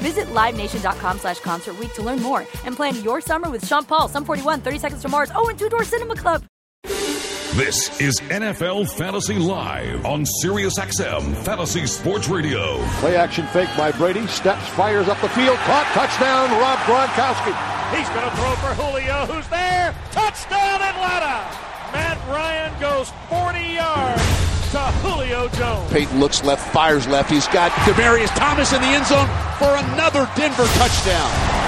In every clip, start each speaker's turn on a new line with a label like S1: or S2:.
S1: Visit LiveNation.com slash Concert Week to learn more and plan your summer with Sean Paul, Sum 41, 30 Seconds to Mars, oh, and Two Door Cinema Club.
S2: This is NFL Fantasy Live on SiriusXM Fantasy Sports Radio.
S3: Play action fake by Brady. Steps, fires up the field. Caught. Touchdown, Rob Gronkowski.
S4: He's going to throw for Julio, who's there. Touchdown, Atlanta. Matt Ryan goes 40 yards to Julio Jones.
S5: Peyton looks left, fires left. He's got Demarius Thomas in the end zone for another Denver touchdown.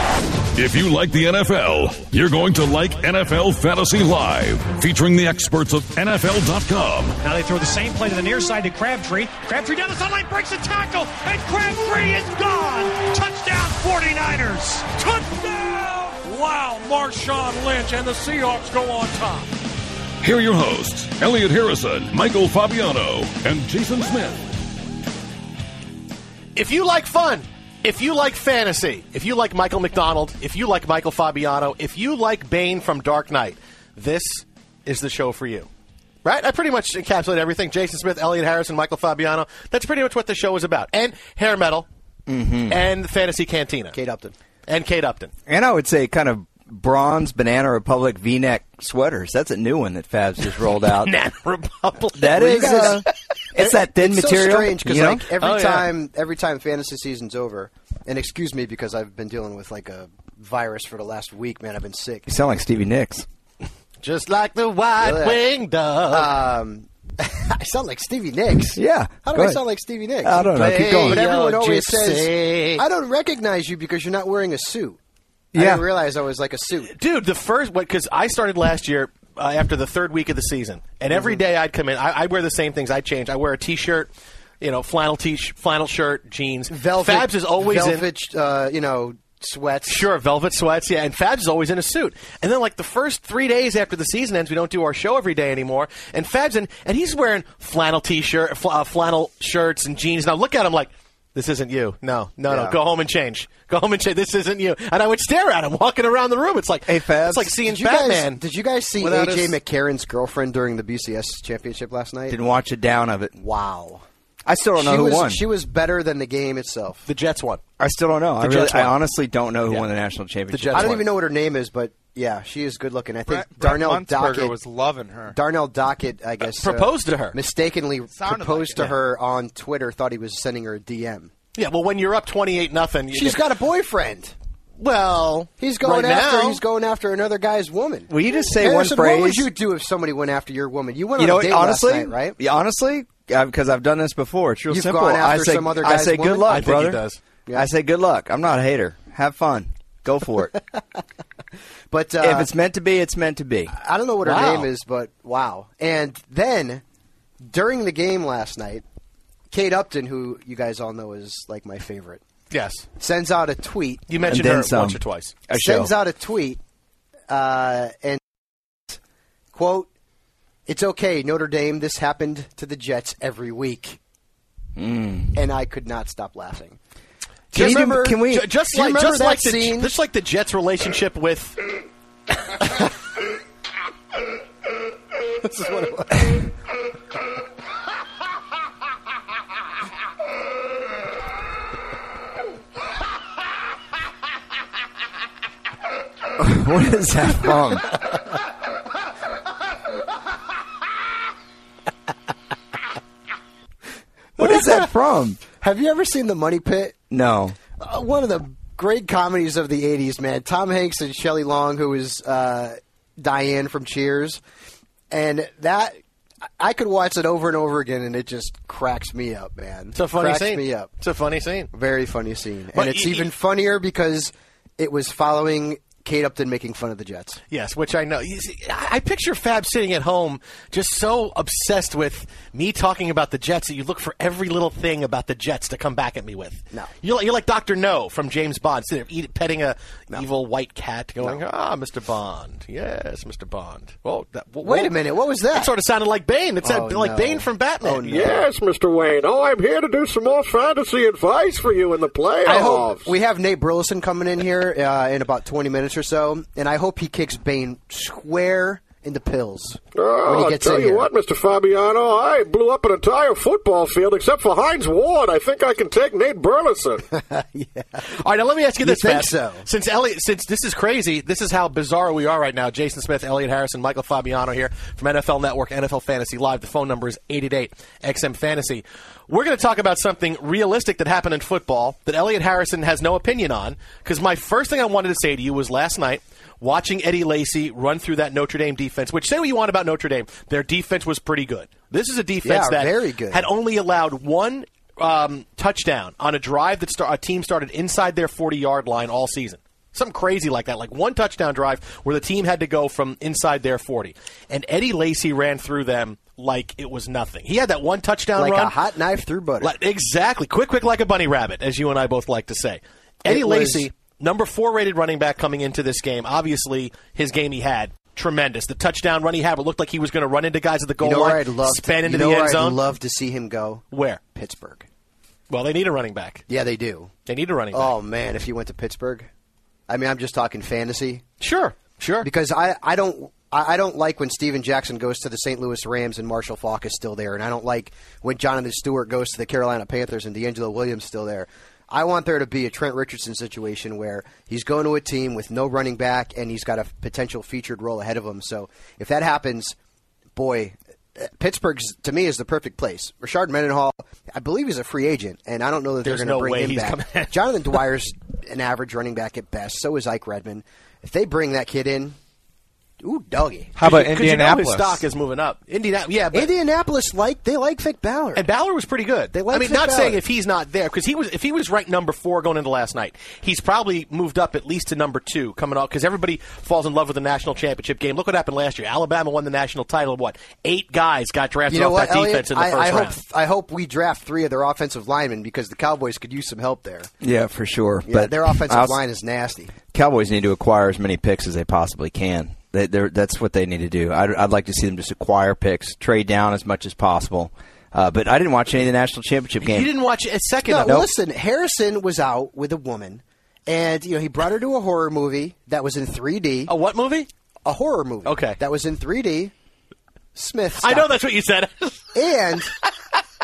S2: If you like the NFL, you're going to like NFL Fantasy Live, featuring the experts of NFL.com.
S6: Now they throw the same play to the near side to Crabtree. Crabtree down the sideline, breaks a tackle, and Crabtree is gone. Touchdown 49ers.
S4: Touchdown! Wow, Marshawn Lynch and the Seahawks go on top.
S2: Here are your hosts, Elliot Harrison, Michael Fabiano, and Jason Smith.
S5: If you like fun, if you like fantasy, if you like Michael McDonald, if you like Michael Fabiano, if you like Bane from Dark Knight, this is the show for you. Right? I pretty much encapsulate everything. Jason Smith, Elliot Harrison, Michael Fabiano. That's pretty much what the show is about. And hair metal, and the fantasy cantina,
S7: Mm-hmm. Kate Upton.
S5: and Kate Upton.
S7: And I would say kind of bronze Banana Republic V-neck sweaters. That's a new one that Fabs just rolled out.
S5: Banana Republic.
S7: That
S5: Were you
S7: is,
S5: guys-
S7: uh, it's that thin
S8: it's
S7: material.
S8: So strange because
S7: you know?
S8: like every
S5: Oh, yeah.
S8: time, every time fantasy season's over, and excuse me because I've been dealing with like a virus for the last week. Man, I've been sick.
S7: you sound like Stevie Nicks.
S5: just like the white
S8: Yeah.
S5: winged dove.
S8: Um, I sound like Stevie Nicks.
S7: Yeah,
S8: How do
S7: go
S8: I
S7: ahead.
S8: sound like Stevie Nicks?
S7: I don't know. Keep going.
S8: But everyone
S5: Yo,
S8: always
S5: gypsy.
S8: says, "I don't recognize you because you're not wearing a suit." I
S7: Yeah.
S8: didn't realize I was like a suit.
S5: dude the first what because i started last
S6: Er,
S5: year uh, after the third week of the season and every day i'd come in I, I wear the same things i change i wear a
S6: er,
S5: t-shirt you know flannel t flannel shirt jeans
S8: Velvet.
S5: fabs is always in
S8: velvet. Uh, you know, sweats.
S5: Sure, velvet sweats, yeah, and Fabs is always in a suit. And then, like the first three days after the season ends, we don't do our show every day anymore. And Fabs in, and he's wearing flannel t-shirt, fl- uh, flannel shirts, and jeans. And I look at him like, "This isn't you. No, no, no.
S8: Yeah.
S5: Go home and change. Go home and change. This isn't you." And I would stare at him walking around the room. It's like,
S7: Hey, Fabs.
S5: it's like seeing
S8: Did you
S5: Batman.
S8: guys? Did you guys see
S5: without
S8: AJ
S5: his-
S8: McCarron's girlfriend during the BCS championship last night?
S7: Didn't watch a down of it.
S8: wow.
S7: I still don't know
S8: she
S7: who
S8: was,
S7: won.
S8: She was better than the game itself.
S5: The Jets won.
S7: I still don't know. I, really,
S5: Jets won.
S7: I honestly don't know who
S5: Yeah.
S7: won the national championship.
S5: Jets
S8: I don't
S5: won.
S8: even know what her name is, but yeah, she is good looking. I think Darnell Dockett was loving her. Darnell Dockett, I guess, uh,
S5: proposed to her.
S8: mistakenly proposed to
S5: it.
S8: her on Twitter. Thought he was sending her a DM.
S5: Yeah, well, when you're up twenty-eight nothing,
S8: She's got a boyfriend.
S5: well.
S8: He's going
S5: right
S8: after.
S5: now-
S8: He's going after another guy's woman.
S7: Will you just say one
S8: Harrison, What would
S7: phrase?
S8: you do if somebody went after your woman? You went on
S7: you know,
S8: a
S7: what,
S8: date
S7: honestly,
S8: last night, right?
S7: Yeah, honestly, because I've done this before. It's real
S8: You've
S7: simple.
S8: gone after
S7: I say,
S8: some other
S7: I
S8: guy's
S7: say, good
S8: woman?
S7: luck,
S8: I think he
S7: brother.
S5: does.
S7: I say, good luck. I'm not a hater. Have fun. Go for it.
S8: But uh,
S7: if it's meant to be, it's meant to be.
S8: I don't know what her
S5: Wow.
S8: name is, but wow. And then during the game last night, Kate Upton, who you guys all know is like my favorite,
S5: Yes,
S8: sends out a tweet.
S5: you mentioned
S7: And then
S5: her
S7: some.
S5: once or twice.
S7: A
S8: sends
S7: show.
S8: out a tweet uh, and quote, "It's okay, Notre Dame. This happened to the Jets every week." And I could not stop laughing.
S7: Hmm. Can, you do-
S8: remember-
S7: can we?
S5: Ju- just
S8: do you
S5: like
S8: remember
S5: just like
S8: that
S5: the
S8: scene?
S5: just like the Jets' relationship with
S8: this is what it was.
S7: what is that from? what is that from?
S8: Have you ever seen The Money Pit?
S7: No.
S8: Uh, one of the great comedies of the 80s, man. Tom Hanks and Shelley Long, who is uh, Diane from Cheers. And that, I could watch it over and over again, and it just cracks me up, man.
S5: It's a funny
S8: cracks
S5: scene.
S8: me up.
S5: It's a funny scene.
S8: Very funny scene.
S5: But e-
S8: and it's
S5: y- y-
S8: even funnier because it was following Kate Upton making fun of the Jets.
S5: Yes, which I know. You see, I I picture Fab sitting at home, just so obsessed with me talking about the Jets that you look for every little thing about the Jets to come back at me with.
S8: No.
S5: you're like, you're like Doctor No from James Bond, sitting there eat, petting a evil white cat, going, "Ah, Mr. Bond, yes, Mr. Bond." Well, that, wh-
S8: Wait
S5: whoa.
S8: a minute, what was that?
S5: That sort of sounded like Bane. It
S8: Oh,
S5: sounded like
S8: no.
S5: Bane from Batman.
S8: Oh, no.
S3: Yes, Mr. Wayne. Oh, I'm here to do some more fantasy advice for you in the playoffs.
S8: I hope we have Nate Burleson coming in here uh, in about 20 minutes or so, and I hope he kicks Bane square in the pills
S3: Oh,
S8: when he
S3: I'll
S8: gets
S3: tell
S8: in
S3: you
S8: here.
S3: what, Mr. Fabiano, I blew up an entire football field except for Heinz Ward. I think I can take Nate Burleson.
S5: All right, now let me ask you
S8: You
S5: this,
S8: think
S5: Fab.
S8: so?
S5: Since Elliot, since this is crazy, this is how bizarre we are right now. Jason Smith, Elliot Harrison, Michael Fabiano here from NFL Network, NFL Fantasy Live. The phone number is eight eight eight XM Fantasy. We're going to talk about something realistic that happened in football that Elliot Harrison has no opinion on. Because my first thing I wanted to say to you was last night watching Eddie Lacy run through that Notre Dame defense. Which say what you want about Notre Dame, their defense was pretty good. This is a defense
S8: Yeah,
S5: that
S8: very good.
S5: had only allowed one um, touchdown on a drive that star- a team started inside their 40 yard line all season. Something crazy like that, like one touchdown drive where the team had to go from inside their 40. And Eddie Lacy ran through them like it was nothing. He had that one touchdown
S8: like
S5: run.
S8: a hot knife through butter.
S5: Like- exactly. Quick, quick, like a bunny rabbit, as you and I both like to say. Eddie
S8: It was-
S5: Lacy, number four rated running back coming into this game. Obviously, his game he had. Tremendous. The touchdown run he had, it looked like he was going to run into guys at the goal
S8: you know
S5: line,
S8: where I'd love to,
S5: span into
S8: you know
S5: the
S8: where
S5: end
S8: I'd
S5: zone.
S8: love to see him go
S5: where?
S8: Pittsburgh.
S5: Well, they need a running back.
S8: Yeah, they do.
S5: They need a running back.
S8: Oh man, if you went to Pittsburgh, I mean, I'm just talking fantasy
S5: sure, sure.
S8: because I I don't. I I don't like when Steven Jackson goes to the St. Louis Rams and Marshall Falk is still there, and I don't like when Jonathan Stewart goes to the Carolina Panthers and D'Angelo Williams is still there. I want there to be a Trent Richardson situation where he's going to a team with no running back and he's got a potential featured role ahead of him. So if that happens, boy, eh, Pittsburgh's to me is the perfect place. Richard Mendenhall, I believe he's a free agent, and I don't know that
S5: There's
S8: they're going to
S5: no
S8: bring
S5: way
S8: him
S5: he's coming.
S8: back. Jonathan Dwyer's an average running back at best. So is Ike Redmond. If they bring that kid in, ooh, doggy.
S9: How about
S5: Could you know his
S9: Indianapolis?
S5: stock is moving up. Indianapolis, yeah. But,
S8: Indianapolis like they like Vic Ballard.
S5: and Ballard was pretty good.
S8: They like
S5: I mean,
S8: Vic
S5: not saying
S8: Ballard.
S5: if he's not there because he was. If he was ranked number four going into last night, he's probably moved up at least to number two coming off because everybody falls in love with the national championship game. Look what happened last year. Alabama won the national title. What eight guys got drafted
S8: you know
S5: off
S8: what,
S5: that
S8: Elliot?
S5: defense in the
S8: I,
S5: first
S8: I
S5: round?
S8: hope I hope we draft three of their offensive linemen because the Cowboys could use some help there.
S7: Yeah, for sure.
S8: Yeah,
S7: but
S8: their offensive
S7: I also-
S8: line is nasty.
S7: Cowboys need to acquire as many picks as they possibly can. They, they're, that's what they need to do. I'd, I'd like to see them just acquire picks, trade down as much as possible. Uh, but I didn't watch any of the national championship game.
S5: You didn't watch a second.
S8: No,
S5: of it.
S8: listen, Harrison was out with a woman, and you know he brought her to a horror movie that was in 3D.
S5: A what movie?
S8: a horror movie.
S5: Okay.
S8: That was in 3D. Smith.
S5: I
S8: stop
S5: know
S8: it.
S5: that's what you said.
S8: And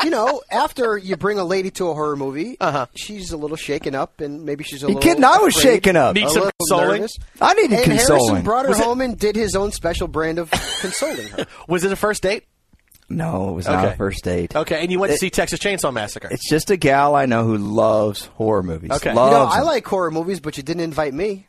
S8: you know, after you bring a lady to a horror movie,
S5: Uh-huh.
S8: she's a little shaken up, and maybe she's a
S7: You
S8: little.
S7: kidding? I was
S8: afraid,
S7: shaken up.
S8: a
S5: Need some
S8: little
S5: consoling?
S8: nervous.
S7: I needed
S8: and
S7: consoling.
S8: Harrison brought her
S7: Was it-
S8: home and did his own special brand of consoling her.
S5: was it a first date?
S7: no, it was not
S5: Okay.
S7: a first date.
S5: Okay, and you went to see Texas Chainsaw Massacre.
S7: It's just a gal I know who loves horror movies.
S5: Okay. You know,
S8: You
S7: Loves
S8: know, I
S7: them.
S8: like horror movies, but you didn't invite me.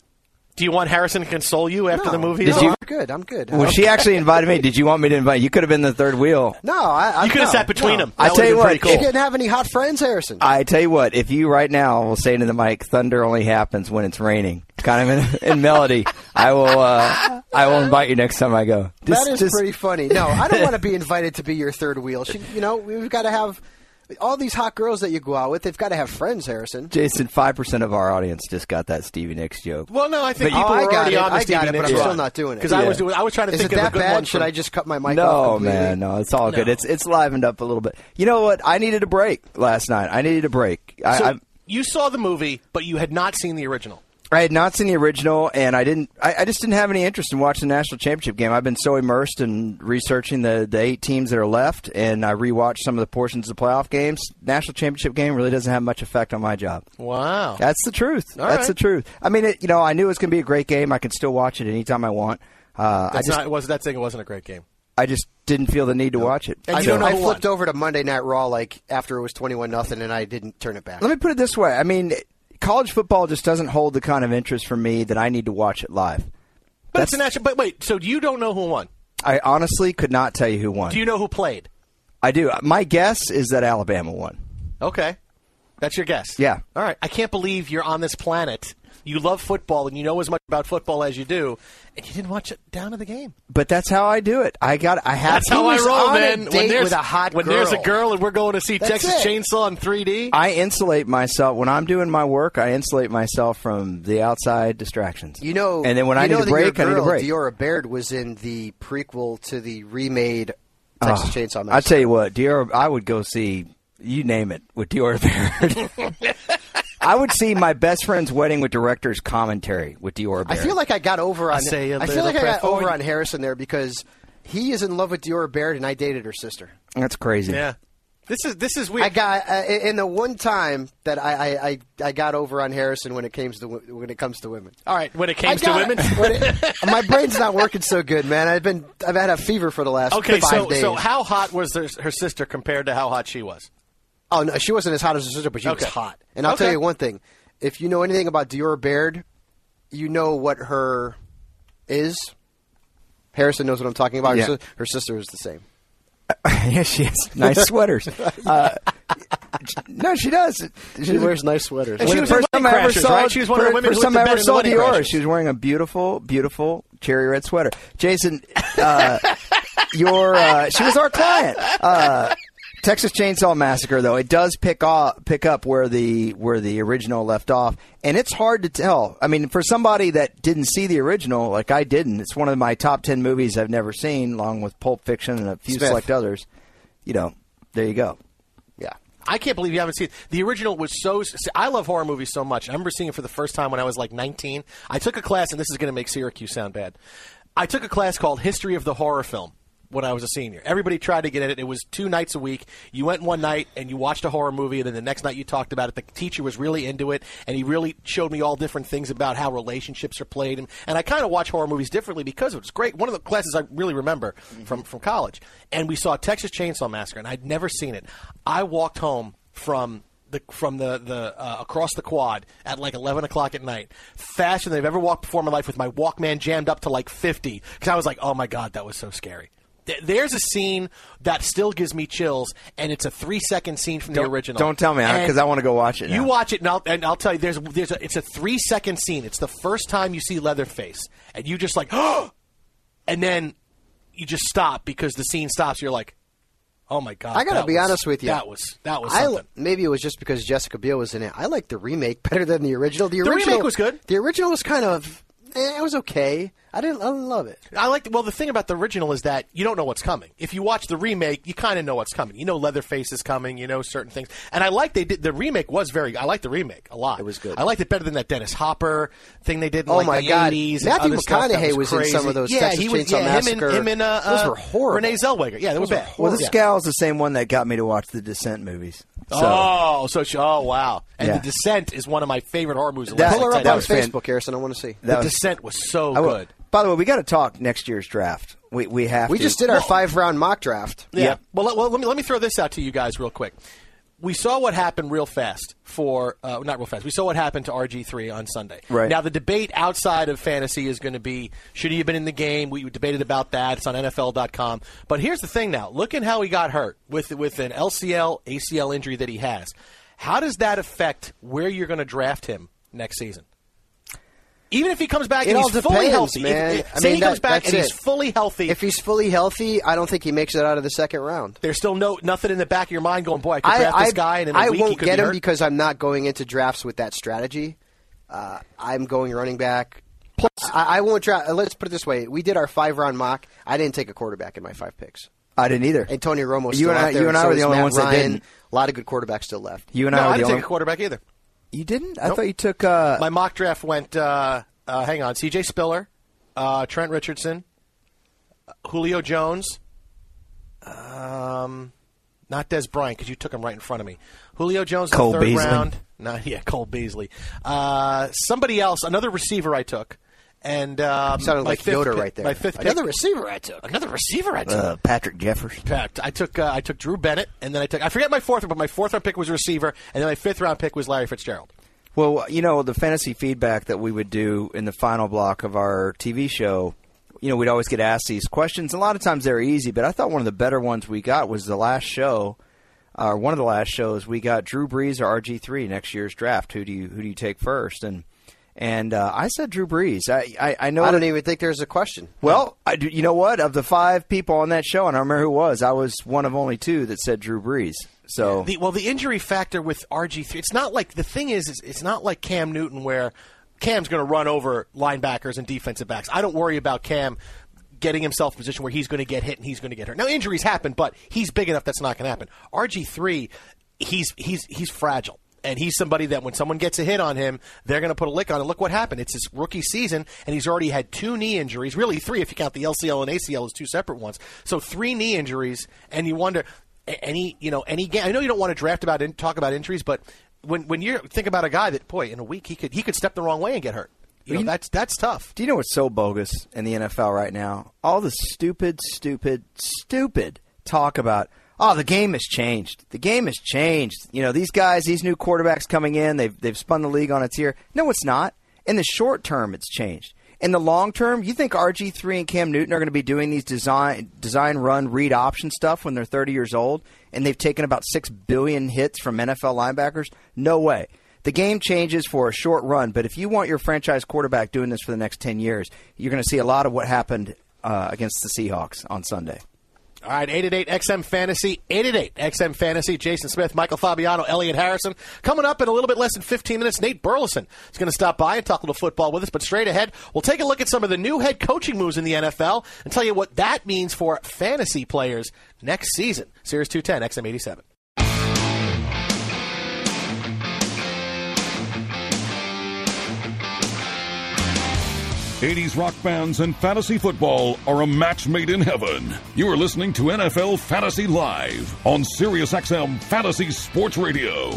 S5: Do you want Harrison to console you after
S8: No.
S5: the movie?
S7: Did
S8: No,
S5: is
S7: you-
S8: I'm good. I'm good.
S7: When she actually invited me, did you want me to invite you? Could have been the third wheel.
S8: no, I, I
S5: You could have
S8: no,
S5: sat between
S8: no.
S5: them.
S7: I
S5: That
S7: tell you
S5: would've been
S7: what,
S8: You
S5: pretty
S8: didn't have any hot friends, Harrison.
S7: I tell you what, if you right now will say into the mic, "Thunder only happens when it's raining," kind of in, in melody, I will. Uh, I will invite you next time I go. Just-
S8: that is
S7: just-
S8: pretty funny. No, I don't want to be invited to be your third wheel. She, you know, we've got to have all these hot girls that you go out with. They've got to have friends, Harrison.
S7: Jason, five percent of our audience just got that Stevie Nicks joke.
S5: Well, no, I think
S8: But you-
S5: people
S8: Oh, I
S5: were
S8: got
S5: already
S8: it.
S5: on the
S8: I
S5: Stevie
S8: got it, but
S5: Nicks
S8: I'm
S5: run.
S8: still not doing it.
S5: Because I
S7: Yeah.
S5: was doing, I was trying to
S8: Is it
S5: think of
S8: that
S5: a good
S8: bad?
S5: one.
S8: Should
S5: from-
S8: I just cut my mic off
S7: No,
S8: completely?
S7: man, no, it's all good. It's it's livened up a little bit. You know what? I needed a break last night. I needed a break. I,
S5: So,
S7: I
S5: you saw the movie, but you had not seen the original.
S7: I had not seen the original, and I didn't. I, I just didn't have any interest in watching the national championship game. I've been so immersed in researching the, the eight teams that are left, and I rewatched some of the portions of the playoff games. National championship game really doesn't have much effect on my job.
S5: Wow.
S7: That's the truth.
S5: All
S7: That's
S5: right.
S7: the truth. I mean, it, you know, I knew it was going to be a great game. I could still watch it anytime I want. Uh, I
S5: That's
S7: just,
S5: not, it was, that thing wasn't a great game.
S7: I just didn't feel the need to watch it.
S8: I,
S7: So-
S8: I flipped over to Monday Night Raw like after it was twenty one nothing, and I didn't turn it back.
S7: Let me put it this way. I mean, college football just doesn't hold the kind of interest for me that I need to watch it live.
S5: But it's a national. But wait, so you don't know who won?
S7: I honestly could not tell you who won.
S5: Do you know who played?
S7: I do. My guess is that Alabama won.
S5: Okay, that's your guess.
S7: Yeah.
S5: All right. I can't believe you're on this planet. You love football and you know as much about football as you do, and you didn't watch it down to the game.
S7: But that's how I do it. I got. I have.
S5: That's how I
S8: was
S5: roll,
S8: on a
S5: man.
S8: date
S5: When there's
S8: with a hot
S5: when there's a
S8: girl.
S5: girl and we're going to see
S8: That's
S5: Texas
S8: it.
S5: Chainsaw in 3D.
S7: I insulate myself when I'm doing my work. I insulate myself from the outside distractions.
S8: You know,
S7: and then when
S8: you
S7: I need
S8: know
S7: a
S8: that your
S7: break, I need a
S8: girl,
S7: break.
S8: Diora Baird was in the prequel to the remade Texas Chainsaw Massacre.
S7: Ah, I tell you what, Dior, I would go see you name it with Dior Baird. I would see my best friend's wedding with director's commentary with Dior
S8: I
S7: Baird.
S8: feel like I got over on. I,
S5: say a
S8: feel
S5: little
S8: like I got
S5: prayer for
S8: over
S5: you.
S8: on Harrison there because he is in love with Diora Baird, and I dated her sister.
S7: that's crazy.
S5: yeah. This is this is weird.
S8: I got uh, in the one time that I, I, I, I got over on Harrison when it comes to wo- when it comes to women.
S5: All right, when it
S8: I
S5: came to
S8: got-
S5: women.
S8: when it- my brain's not working so good, man. I've been I've had a fever for the last
S5: okay,
S8: five
S5: so
S8: days.
S5: so how hot was her, her sister compared to how hot she was?
S8: Oh, no, she wasn't as hot as her sister, but she was
S5: Okay.
S8: hot. And I'll tell
S5: Okay.
S8: you one thing: if you know anything about Dior Baird, you know what her is. Harrison knows what I'm talking about. Her
S7: Yeah.
S8: si- Her sister is the same.
S7: yeah, she has nice sweaters. Uh, no, she does.
S8: She wears nice sweaters.
S5: And she
S8: When-
S5: was
S7: first
S5: in
S7: time I ever
S5: Wedding Crashers,
S7: saw,
S5: right? She was one of the
S7: fir-
S5: women who
S7: first
S5: looked
S7: time I
S5: better
S7: ever
S5: in
S7: saw
S5: Wedding
S7: Dior,
S5: Crashers.
S7: she was wearing a beautiful, beautiful cherry red sweater. Jason, uh, your uh, she was our client. Uh, Texas Chainsaw Massacre, though, it does pick off, pick up where the where the original left off, and it's hard to tell. I mean, for somebody that didn't see the original, like I didn't, it's one of my top ten movies I've never seen, along with Pulp Fiction and a few
S8: Smith.
S7: select others. You know, there you go.
S8: yeah.
S5: I can't believe you haven't seen it. The original was so. see, I love horror movies so much. I remember seeing it for the first time when I was like 19. I took a class, and this is going to make Syracuse sound bad. I took a class called History of the Horror Film when I was a senior. Everybody tried to get in it. It was two nights a week. You went one night and you watched a horror movie, and then the next night you talked about it. The teacher was really into it, and he really showed me all different things about how relationships are played. And, and I kind of watch horror movies differently because it was great. One of the classes I really remember
S7: Mm-hmm.
S5: from, from college. And we saw Texas Chainsaw Massacre, and I'd never seen it. I walked home from the from the the uh, across the quad at like eleven o'clock at night, faster than I've ever walked before in my life with my Walkman jammed up to like fifty because I was like, oh my god, that was so scary. Th- There's a scene that still gives me chills, and it's a three second scene from the
S7: Don't-
S5: original.
S7: don't tell me,
S5: And
S7: 'cause I wanna go watch it
S5: You
S7: now.
S5: watch it, and I'll, and I'll tell you. There's there's a, it's a three second scene. It's the first time you see Leatherface, and you just like, oh, and then you just stop because the scene stops. You're like, oh my god.
S8: I gotta
S5: that
S8: be
S5: was-
S8: honest with you.
S5: That was that was
S8: I
S5: something.
S8: li- maybe it was just because Jessica Biel was in it. I like the remake better than the original. The,
S5: remake
S8: original
S5: was good.
S8: The original was kind of eh, it was okay. I didn't I didn't love it.
S5: I like. Well, the thing about the original is that you don't know what's coming. If you watch the remake, you kind of know what's coming. You know Leatherface is coming. You know certain things. And I like they did. The remake was very. I like the remake a lot. It
S8: was good.
S5: I liked it better than that Dennis Hopper thing they did. In
S8: Oh
S5: like
S8: my
S5: the
S8: God.
S5: 80s and
S8: Matthew
S5: other stuff that
S8: McConaughey
S5: was
S8: was in some
S5: crazy.
S8: of those
S5: Yeah,
S8: Texas
S5: he was.
S8: Chainsaw
S5: yeah,
S8: Massacre.
S5: Him and, him and uh,
S8: Those
S5: uh,
S8: were horrible.
S5: Renee Zellweger. Yeah, they were bad.
S7: Well, this
S5: Yeah.
S7: gal's the same one that got me to watch The Descent movies. So.
S5: Oh, so she, oh wow! And
S7: Yeah.
S5: The Descent is one of my favorite horror movies. of
S7: That-
S5: last
S8: Pull her
S5: night.
S8: up
S7: that
S8: on
S7: was fan-
S8: Facebook, Harrison. I want to see. oh,
S7: That
S5: The
S7: was-
S5: Descent was so
S7: I will-
S5: good.
S7: By the way, we got to talk next year's draft. We we have.
S8: we
S7: to.
S8: just did our five round mock draft.
S5: Yeah. Well, let, well, let me let me throw this out to you guys real quick. We saw what happened real fast for uh, not real fast. We saw what happened to RG three on Sunday.
S7: Right.
S5: now, the debate outside of fantasy is going to be should he have been in the game? We debated about that. It's on NFL.com. But here's the thing now: look at how he got hurt with with an LCL ACL injury that he has. How does that affect where you're going to draft him next season? Even if he comes back
S8: It
S5: and
S8: all
S5: he's fully
S8: depends,
S5: healthy,
S8: man.
S5: If,
S8: I
S5: say
S8: mean,
S5: he
S8: that-
S5: comes back
S8: that's
S5: and he's
S8: it.
S5: fully healthy,
S8: If he's fully healthy, I don't think he makes it out of the second round.
S5: there's still no nothing in the back of your mind going, boy, I could
S8: I,
S5: draft
S8: I,
S5: this guy, and in a
S8: I
S5: week he
S8: won't
S5: could
S8: get
S5: be
S8: him
S5: hurt.
S8: because I'm not going into drafts with that strategy. Uh, I'm going running back. Plus, I, I won't draft. Let's put it this way: we did our five round mock. I didn't take a quarterback in my five picks.
S7: I didn't either.
S8: And Tony Romo.
S7: You and I. you and I were the only ones that didn't.
S8: A lot of good quarterbacks still left.
S7: You and I
S5: no, I
S7: were the
S5: didn't
S7: only.
S5: take a quarterback either.
S7: You didn't? I thought you took. Uh,
S5: My mock draft went. Uh, uh, hang on, C.J. Spiller, uh, Trent Richardson, uh, Julio Jones. Um, not Des Bryant because you took him right in front of me. Julio Jones in
S7: Cole
S5: the third
S7: Beasley.
S5: round. Not yeah, Cole Beasley. Uh, somebody else, another receiver I took, and um,
S8: Sounded
S5: my
S8: like
S5: fifth
S8: Yoder
S5: pick-
S8: right there.
S5: My fifth pick-
S8: Another receiver I took.
S5: Another receiver I took.
S7: uh, Patrick Jeffers.
S5: Pat. I took uh, I took Drew Bennett, and then I took I forget my fourth, but my fourth round pick was a receiver, and then my fifth round pick was Larry Fitzgerald.
S7: Well, you know, the fantasy feedback that we would do in the final block of our TV show, you know, we'd always get asked these questions. A lot of times they're easy, but I thought one of the better ones we got was the last show, or one of the last shows we got Drew Brees or RG three next year's draft. Who do you who do you take first? And and uh, I said Drew Brees. I I, I know
S8: I
S7: that-
S8: don't even think there's a question.
S7: well, I do, you know what? Of the five people on that show, and I don't remember who it was, I was one of only two that said Drew Brees. So
S5: The, well, the injury factor with RG three, it's not like the thing is, is it's not like Cam Newton where Cam's going to run over linebackers and defensive backs. I don't worry about Cam getting himself in a position where he's going to get hit and he's going to get hurt. Now injuries happen, but he's big enough that's not going to happen. RG three, he's he's he's fragile. And he's somebody that when someone gets a hit on him, they're going to put a lick on it. Look what happened. It's his rookie season, and he's already had two knee injuries, really three if you count the LCL and ACL as two separate ones. So three knee injuries, and you wonder a- any you know any game. I know you don't want to draft about in, talk about injuries, but when when you think about a guy that boy in a week he could he could step the wrong way and get hurt. You know that's that's tough.
S7: Do you know what's so bogus in the NFL right now? All the stupid, stupid, stupid talk about, oh, the game has changed. The game has changed. You know, these guys, these new quarterbacks coming in, they've, they've spun the league on its ear. No, it's not. In the short term, it's changed. In the long term, you think RG3 and Cam Newton are going to be doing these design, design run, read option stuff when they're 30 years old and they've taken about 6 billion hits from NFL linebackers? No way. The game changes for a short run, but if you want your franchise quarterback doing this for the next 10 years, you're going to see a lot of what happened uh, against the Seahawks on Sunday.
S5: All right, 888 XM Fantasy, 888 XM Fantasy. Jason Smith, Michael Fabiano, Elliot Harrison. Coming up in a little bit less than 15 minutes, Nate Burleson is going to stop by and talk a little football with us. But straight ahead, we'll take a look at some of the new head coaching moves in the NFL and tell you what that means for fantasy players next season. Series 210, XM 87.
S2: '80s rock bands and fantasy football are a match made in heaven. You are listening to NFL Fantasy Live on SiriusXM Fantasy Sports Radio.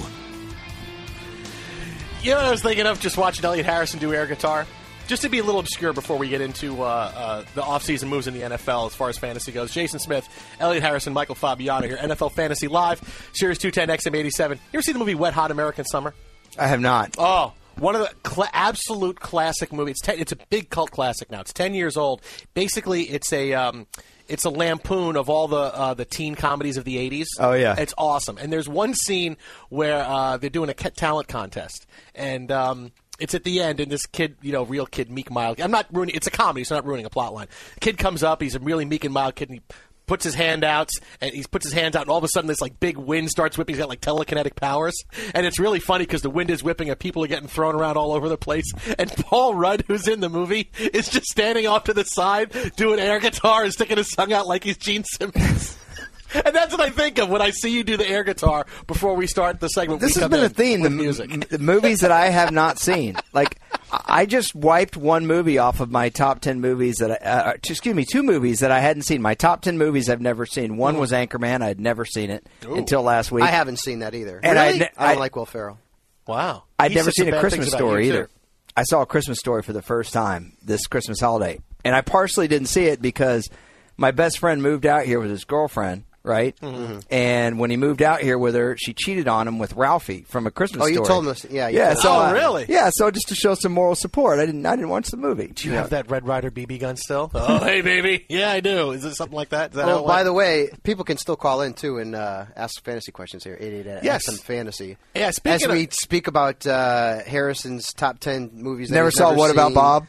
S5: You know what I was thinking of? Just watching Elliot Harrison do air guitar. Just to be a little obscure before we get into uh, uh, the offseason moves in the NFL as far as fantasy goes. Jason Smith, Elliot Harrison, Michael Fabiano here. NFL Fantasy Live, Series 210, XM87. You ever see the movie Wet Hot American Summer?
S7: I have not.
S5: Oh, one of the cla absolute classic movies. It's ten, it's a big cult classic now. It's ten years old. Basically, it's a um, it's a lampoon of all the uh, the teen comedies of the eighties.
S7: Oh, yeah.
S5: it's awesome. And there's one scene where uh, they're doing a ca- talent contest, and um, it's at the end, and this kid, you know, real kid, meek, mild. I'm not ruining. It's a comedy, so I'm not ruining a plot line. Kid comes up. He's a really meek and mild kid, and he puts his hand out and he puts his hands out and all of a sudden this like big wind starts whipping he's got like telekinetic powers and it's really funny because the wind is whipping and people are getting thrown around all over the place and paul rudd who's in the movie is just standing off to the side doing air guitar and sticking his tongue out like he's gene simmons and that's what i think of when i see you do the air guitar before we start the segment
S7: This
S5: we
S7: has
S5: come
S7: been
S5: in
S7: a theme. The,
S5: with
S7: m-
S5: music
S7: the movies that I have not seen. Like, I I just wiped one movie off of my top 10 movies that I, uh, uh, excuse me, two movies that I hadn't seen. My top 10 movies I've never seen. One was Anchorman. I had never seen it until last week.
S8: I haven't seen that either.
S7: And I- Really?
S8: I don't
S7: I-
S8: like Will Ferrell.
S5: wow
S7: I'd
S5: He
S7: never
S5: said some
S7: seen a
S5: bad
S7: Christmas
S5: things about you,
S7: story
S5: too.
S7: either. I saw a Christmas story for the first time this Christmas holiday, and I partially didn't see it because my best friend moved out here with his girlfriend, right?
S5: Mm-hmm.
S7: And when he moved out here with her, she cheated on him with Ralphie from a Christmas.
S8: Oh, you
S7: Story.
S8: told us- yeah, you
S7: yeah.
S8: told
S7: So
S5: us.
S7: I-
S5: Oh, really?
S7: Yeah. So just to show some moral support, I didn't. I didn't watch the movie.
S5: do you have that red rider bb gun still oh hey baby yeah i do is it something like that, Is that how
S8: Well,
S5: it
S8: Oh, by
S5: went?
S8: the way, people can still call in too and uh, ask fantasy questions here. 88
S5: Yes.
S8: some fantasy.
S5: Yeah,
S8: As
S5: speaking
S8: we
S5: of-
S8: speak about uh, Harrison's top ten movies, that
S7: Never
S8: he's
S7: saw
S8: never
S7: What About
S8: seen,
S7: Bob?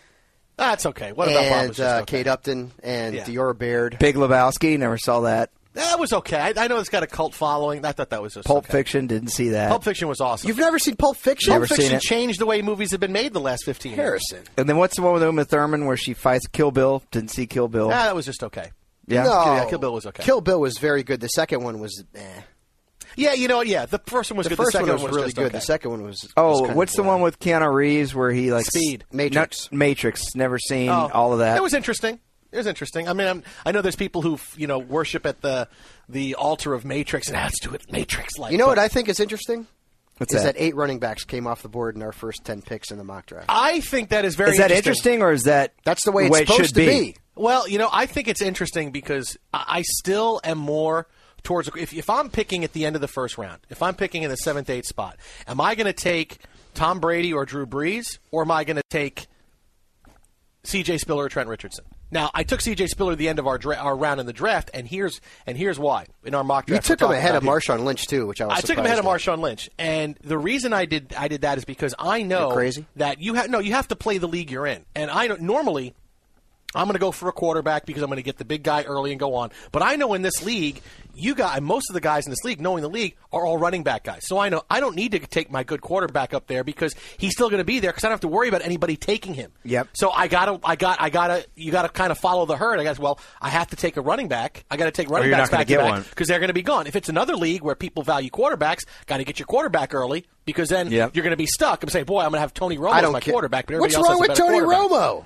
S5: that's okay what about Bob? It's
S8: and
S5: just
S8: uh,
S5: okay.
S8: Kate Upton and
S5: Yeah.
S8: Diora Baird.
S7: Big Lebowski. Never saw that.
S5: That was okay. I, I know it's got a cult following. I thought that was just
S7: Pulp
S5: okay.
S7: Fiction. Didn't see that.
S5: Pulp Fiction was awesome.
S8: You've never seen Pulp Fiction?
S7: Never
S5: Pulp
S7: seen
S5: Fiction
S7: it.
S5: changed the way movies have been made the last fifteen years.
S8: Harrison.
S7: and then what's the one with Uma Thurman where she fights Kill Bill? Didn't see Kill Bill.
S5: Nah, Ah, that was just okay.
S8: Uh,
S7: yeah.
S8: No.
S5: Kill- yeah, Kill Bill was okay.
S8: Kill Bill was very good. The second one was eh.
S5: Yeah, you know, yeah. The first one was
S8: The
S5: good.
S8: first
S5: the second
S8: one was
S5: was
S8: really
S5: just
S8: good.
S5: okay.
S8: The second one was. was
S7: Oh,
S8: kind
S7: what's
S8: of
S7: the
S8: boring.
S7: one with Keanu Reeves where he like
S8: Speed.
S7: s-
S8: Matrix.
S7: no- Matrix. Never seen
S5: Oh,
S7: all of that.
S5: It was interesting. It was interesting. I mean, I'm, I know there's people who you know worship at the the altar of Matrix, and "Ah, let's do it Matrix like.
S8: You know what I think is interesting?
S7: What's
S8: is
S7: that?
S8: that eight running backs came off the board in our first ten picks in the mock draft.
S5: I think that is very.
S7: Is that interesting or is that
S8: That's the way it's
S7: it
S8: supposed
S7: should
S8: to be.
S5: Well, you know, I think it's interesting because I, I still am more towards if, if I'm picking at the end of the first round, if I'm picking in the seventh, eighth spot, am I going to take Tom Brady or Drew Brees, or am I going to take C.J. Spiller or Trent Richardson? Now, I took C.J. Spiller at the end of our dra- our round in the draft, and here's and here's why in our mock
S8: You
S5: draft.
S8: took
S5: we're
S8: him
S5: talking
S8: ahead
S5: about
S8: of
S5: here.
S8: Marshawn Lynch too, which I was.
S5: I took him ahead of
S8: surprised
S5: Marshawn Lynch, and the reason I did I did that is because I know
S8: You're crazy?
S5: that you have no you have to play the league you're in, and I don't normally I'm going to go for a quarterback because I'm going to get the big guy early and go on. But I know in this league, you guys, most of the guys in this league, knowing the league, are all running back guys. So I know I don't need to take my good quarterback up there because he's still going to be there because I don't have to worry about anybody taking him.
S7: Yep.
S5: So I gotta, I got, I gotta, you gotta kind of follow the herd. I guess. Well, I have to take a running back. I got to take running
S9: you're
S5: backs
S9: not gonna
S5: back to
S9: get
S5: back
S9: one.
S5: because they're going to be gone. If it's another league where people value quarterbacks, got to get your quarterback early because then
S7: Yep.
S5: you're going to be stuck. I'm saying, boy, I'm going to have Tony Romo
S8: I
S5: as
S8: don't
S5: my
S8: care.
S5: quarterback. But
S8: What's
S5: everybody else
S8: wrong
S5: has a
S8: with
S5: better
S8: Tony Romo?
S5: quarterback.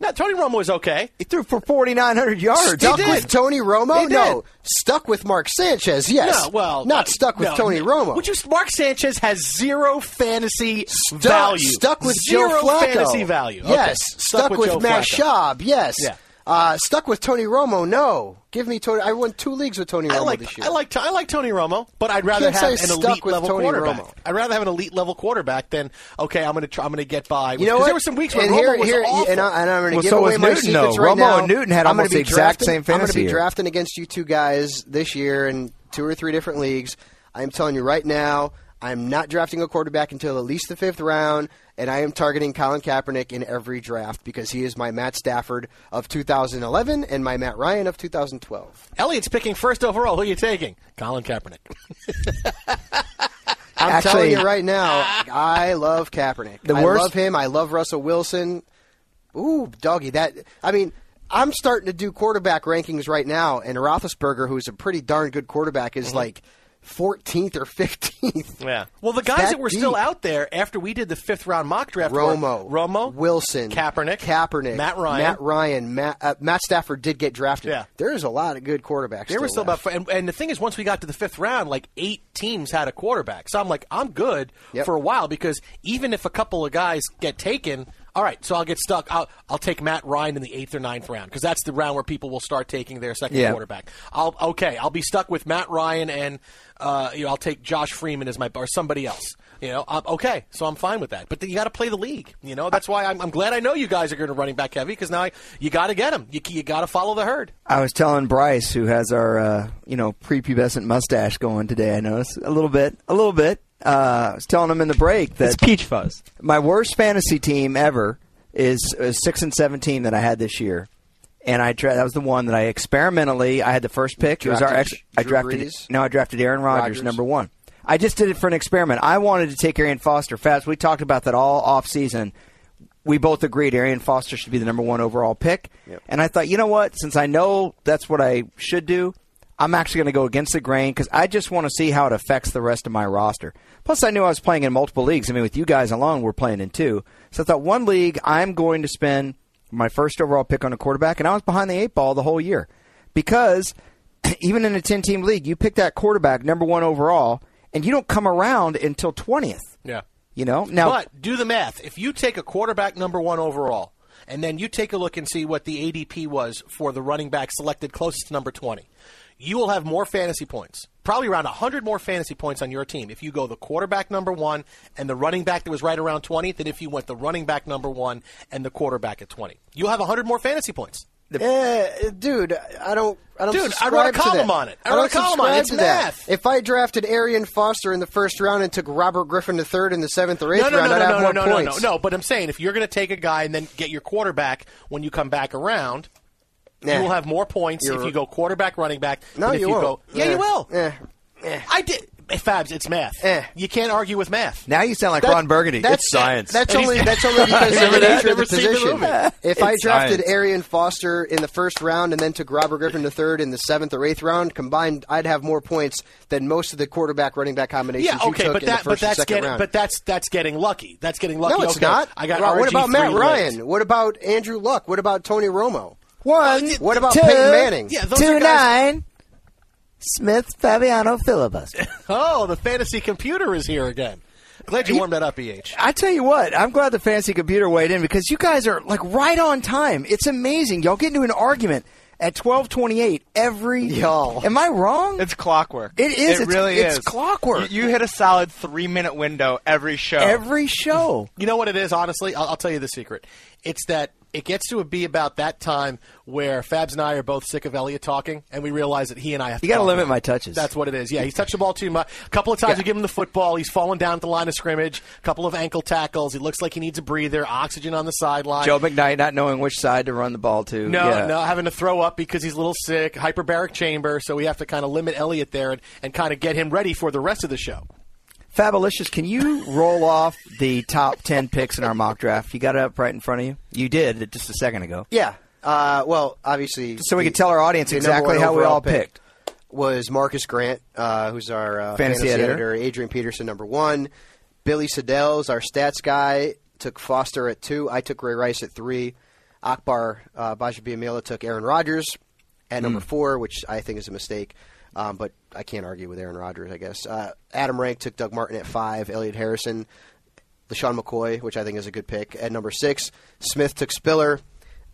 S5: No, Tony Romo is okay.
S7: He threw for 4,900 yards.
S5: He
S8: Stuck
S5: did.
S8: with Tony Romo?
S5: He
S8: No.
S5: did.
S8: Stuck with Mark Sanchez? Yes.
S5: No, well,
S8: not
S5: uh,
S8: stuck with
S5: no,
S8: Tony
S5: no.
S8: Romo.
S5: Would you? Mark Sanchez has zero fantasy
S8: Stuck-
S5: value.
S8: Stuck with
S5: zero
S8: Joe Flacco.
S5: fantasy value. Okay.
S8: Yes. Stuck, with,
S5: Joe
S8: Matt
S5: Flacco.
S8: Schaub. Yes.
S5: Yeah.
S8: Uh, stuck with Tony Romo? No. Give me Tony. I won two leagues with Tony
S5: I
S8: Romo
S5: like
S8: this year.
S5: I like I like Tony Romo, but I'd rather
S8: can't
S5: have
S8: say
S5: an
S8: stuck
S5: elite
S8: with
S5: level
S8: Tony
S5: quarterback.
S8: Romo.
S5: I'd rather have an elite level quarterback than okay, I'm going to try, I'm going to get by.
S8: You know
S5: 'Cause
S8: what?
S5: There were some weeks where
S8: and
S5: Romo
S8: here,
S5: was
S8: here,
S5: awful.
S8: And, I, and I'm going to
S7: Well,
S8: give
S7: so
S8: away
S7: was
S8: my
S7: Newton,
S8: secrets
S7: though.
S8: right
S7: Romo
S8: now.
S7: and Newton had
S8: I'm gonna
S7: almost the
S8: be
S7: exact
S8: drafting-
S7: same
S8: I'm
S7: fantasy
S8: going to
S7: year.
S8: be drafting against you two guys this year in two or three different leagues. I'm telling you right now, I'm not drafting a quarterback until at least the fifth round, and I am targeting Colin Kaepernick in every draft because he is my Matt Stafford of 2011 and my Matt Ryan of 2012.
S5: Elliott's picking first overall. Who are you taking? Colin Kaepernick.
S8: I'm
S7: Actually-
S8: telling you right now, I love Kaepernick.
S7: The
S8: I
S7: worst-
S8: love him. I love Russell Wilson. Ooh, doggy. That I mean, I'm starting to do quarterback rankings right now, and Roethlisberger, who's a pretty darn good quarterback, is like 14th or 15th.
S5: Mm-hmm. Yeah. Well, the
S8: It's
S5: guys that,
S8: that
S5: were still
S8: deep.
S5: out there after we did the fifth round mock draft were
S8: Romo,
S5: Romo,
S8: Wilson,
S5: Kaepernick,
S8: Kaepernick,
S5: Matt Ryan.
S8: Matt Ryan, Matt, uh, Matt Stafford did get drafted.
S5: Yeah.
S8: There is a lot of good quarterbacks.
S5: There were still
S8: still
S5: about,
S8: left.
S5: four, and, and the thing is, once we got to the fifth round, like eight teams had a quarterback. So I'm like, I'm good
S8: Yep.
S5: for a while because even if a couple of guys get taken, all right, so I'll get stuck. I'll, I'll take Matt Ryan in the eighth or ninth round because that's the round where people will start taking their second
S7: Yeah.
S5: quarterback. I'll okay, I'll be stuck with Matt Ryan and uh, you know I'll take Josh Freeman as my or somebody else. You know, i okay, so I'm fine with that. But then you got to play the league. You know, that's why I'm, I'm glad I know you guys are going to running back heavy because now I, you got to get them. You, you got to follow the herd.
S7: I was telling Bryce, who has our uh, you know prepubescent mustache going today. I noticed a little bit, a little bit. Uh, I was telling him in the break that
S9: It's peach fuzz.
S7: my worst fantasy team ever is a six and seven team that I had this year, and I dra- that was the one that I experimentally I had the first pick. It was our ex-
S8: Drafted
S7: I
S8: Drew
S7: drafted
S8: Brees?
S7: no, I drafted Aaron Rodgers,
S8: Rodgers.
S7: number one. I just did it for an experiment. I wanted to take Arian Foster fast. We talked about that all off season. We both agreed Arian Foster should be the number one overall pick. And I thought, you know what? Since I know that's what I should do, I'm actually going to go against the grain because I just want to see how it affects the rest of my roster. Plus, I knew I was playing in multiple leagues. I mean, with you guys alone, we're playing in two. So I thought, one league, I'm going to spend my first overall pick on a quarterback, and I was behind the eight ball the whole year because even in a 10 team league, you pick that quarterback number one overall, and you don't come around until 20th.
S5: Yeah.
S7: You know?
S8: Oh.
S7: Now,
S5: But do the math. If you take a quarterback number one overall, and then you take a look and see what the ADP was for the running back selected closest to number 20, you will have more fantasy points. Probably around 100 more fantasy points on your team if you go the quarterback number one and the running back that was right around 20 than if you went the running back number one and the quarterback at 20. You'll have 100 more fantasy points.
S8: Eh, dude, I don't. I don't.
S5: Dude, I
S8: subscribe
S5: wrote a
S8: to
S5: column
S8: that.
S5: on it. I
S8: don't
S5: wrote a column on it.
S8: subscribe
S5: It's
S8: to that.
S5: math.
S8: If I drafted Arian Foster in the first round and took Robert Griffin the third in the seventh or eighth round, I'd have more
S5: no, no, no,
S8: points.
S5: no, no. But I'm saying if you're going to take a guy and then get your quarterback when you come back around,
S8: Nah.
S5: you will have more points
S8: You're-
S5: if you go quarterback, running back.
S8: No,
S5: than if
S8: you
S5: you
S8: won't.
S5: go, yeah,
S8: Eh,
S5: you will.
S8: eh.
S5: I did. Fabs, it's math. You can't argue with math.
S7: Now you sound like
S5: That-
S7: Ron Burgundy.
S5: that's- It's science.
S8: That's only that's only because of
S5: Remember
S8: the
S5: that?
S8: nature of the
S5: Never seen the
S8: position.
S5: movie.
S8: If I
S7: It's
S8: drafted
S7: science.
S8: Arian Foster in the first round and then took Robert Griffin the third in the seventh or eighth round, combined I'd have more points than most of the quarterback running back combinations
S5: Yeah, okay,
S8: you took
S5: but
S8: in
S5: that,
S8: the
S5: but
S8: first and
S5: that's
S8: second
S5: getting,
S8: round.
S5: but that's that's getting lucky. That's getting lucky.
S8: no, it's
S5: okay,
S8: not.
S5: I got.
S8: Right, what
S5: RG
S8: about
S5: three
S8: Matt
S5: wins.
S8: Ryan? What about Andrew Luck? What about Tony Romo?
S7: One,
S8: What about
S7: two,
S8: Peyton Manning?
S5: Yeah, those
S7: two
S5: are guys-
S7: nine. Smith Fabiano filibuster.
S5: Oh, the fantasy computer is here again. Glad you warmed that up, eh.
S7: I tell you what, I'm glad the fancy computer weighed in because you guys are like right on time. It's amazing. Y'all get into an argument at 12:28 every.
S8: Y'all.
S7: am I wrong?
S9: It's clockwork.
S7: It is.
S9: It
S7: It's-
S9: really
S7: it's
S9: is.
S7: clockwork.
S9: You, you hit a solid three minute window every show.
S7: every show.
S5: You know what it is, honestly? I'll, I'll tell you the secret. It's that it gets to be about that time where Fabs and I are both sick of Elliot talking, and we realize that he and I have
S7: You
S5: got to
S7: gotta
S5: talk
S7: limit
S5: more.
S7: my touches.
S5: That's what it is. Yeah, he's touched the ball too much. A couple of times we give him the football. He's fallen down at the line of scrimmage. A couple of ankle tackles. He looks like he needs a breather. Oxygen on the sideline.
S7: Joe McKnight not knowing which side to run the ball to.
S5: No,
S7: Yeah.
S5: no, having to throw up because he's a little sick. Hyperbaric chamber, so we have to kind of limit Elliot there and, and kind of get him ready for the rest of the show.
S7: Fabulous, can you roll off the top 10 picks in our mock draft? You got it up right in front of you. You did just a second ago.
S8: Yeah. Uh, well, obviously,
S7: So we
S8: the-
S7: could tell our audience
S8: the number
S7: exactly
S8: one
S7: how we
S8: overall
S7: all
S8: pick
S7: picked.
S8: was Marcus Grant, uh, who's our uh,
S7: Fantasy
S8: fantasy editor.
S7: editor.
S8: Adrian Peterson, number one. Billy Siddell's our stats guy. Took Foster at two. I took Ray Rice at three. Akbar uh, Bajabiamila took Aaron Rodgers at number
S7: Hmm.
S8: four, which I think is a mistake. Um, but I can't argue with Aaron Rodgers, I guess. Uh, Adam Rank took Doug Martin at five. Elliot Harrison, LaShawn McCoy, which I think is a good pick, at number six. Smith took Spiller.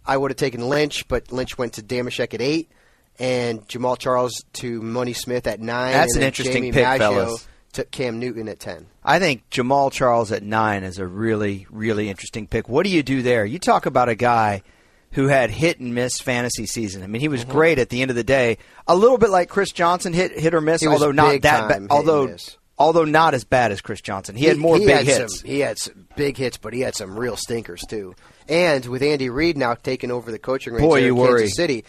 S8: I would have taken Lynch, but Lynch went to Damashek at eight, and Jamal Charles to Money Smith at nine.
S7: That's
S8: and
S7: an
S8: then
S7: interesting
S8: Jamie
S7: pick,
S8: Maggio
S7: fellas.
S8: Took Cam Newton at ten.
S7: I think Jamal Charles at nine is a really, really interesting pick. What do you do there? You talk about a guy who had hit and miss fantasy season. I mean, he was
S8: Mm-hmm.
S7: great at the end of the day. A little bit like Chris Johnson, hit hit or miss,
S8: He was
S7: although not
S8: big
S7: that.
S8: time
S7: Ba-
S8: hit and
S7: although
S8: miss.
S7: although not as bad as Chris Johnson, he, had more big
S8: had
S7: hits.
S8: Some, he had some big hits, but he had some real stinkers too. And with Andy Reid now taking over the coaching reins
S7: Boy,
S8: here
S7: you
S8: in
S7: worry.
S8: Kansas City,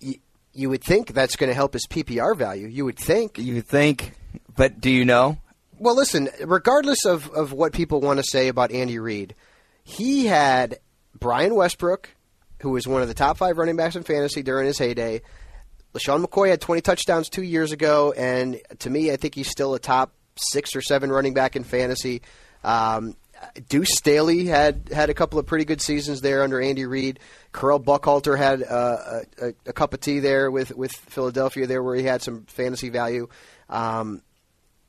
S8: you, you would think that's going to help his PPR value. You would think.
S7: you think, but do you know?
S8: Well, listen, regardless of, of what people want to say about Andy Reid, he had Brian Westbrook, who was one of the top five running backs in fantasy during his heyday. LaShawn McCoy had 20 touchdowns two years ago, and to me, I think he's still a top six or seven running back in fantasy. Um, Deuce Staley had, had a couple of pretty good seasons there under Andy Reid. Carell Buckhalter had uh, a, a, a cup of tea there with, with Philadelphia there where he had some fantasy value. Um,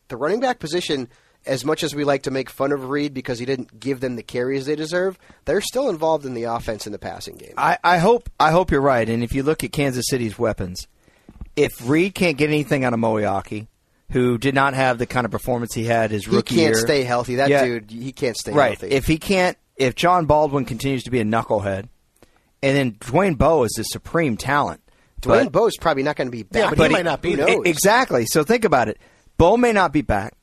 S8: the running back position, as much as we like to make fun of Reed because he didn't give them the carries they deserve, they're still involved in the offense in the passing game.
S7: I, I hope I hope you're right. And if you look at Kansas City's weapons, if Reed can't get anything out of Moeaki, who did not have the kind of performance he had his
S8: he
S7: rookie
S8: can't
S7: year,
S8: stay healthy. That
S7: Yeah.
S8: dude, he can't stay
S7: right?
S8: healthy.
S7: If he can't, if John Baldwin continues to be a knucklehead, and then Dwayne Bowe is a supreme talent.
S8: Dwayne
S7: But-
S8: Bowe's probably not going to be back.
S5: Yeah, but he might not be
S8: Who
S5: there.
S8: knows?
S7: E- Exactly. So think about it. Bowe may not be back.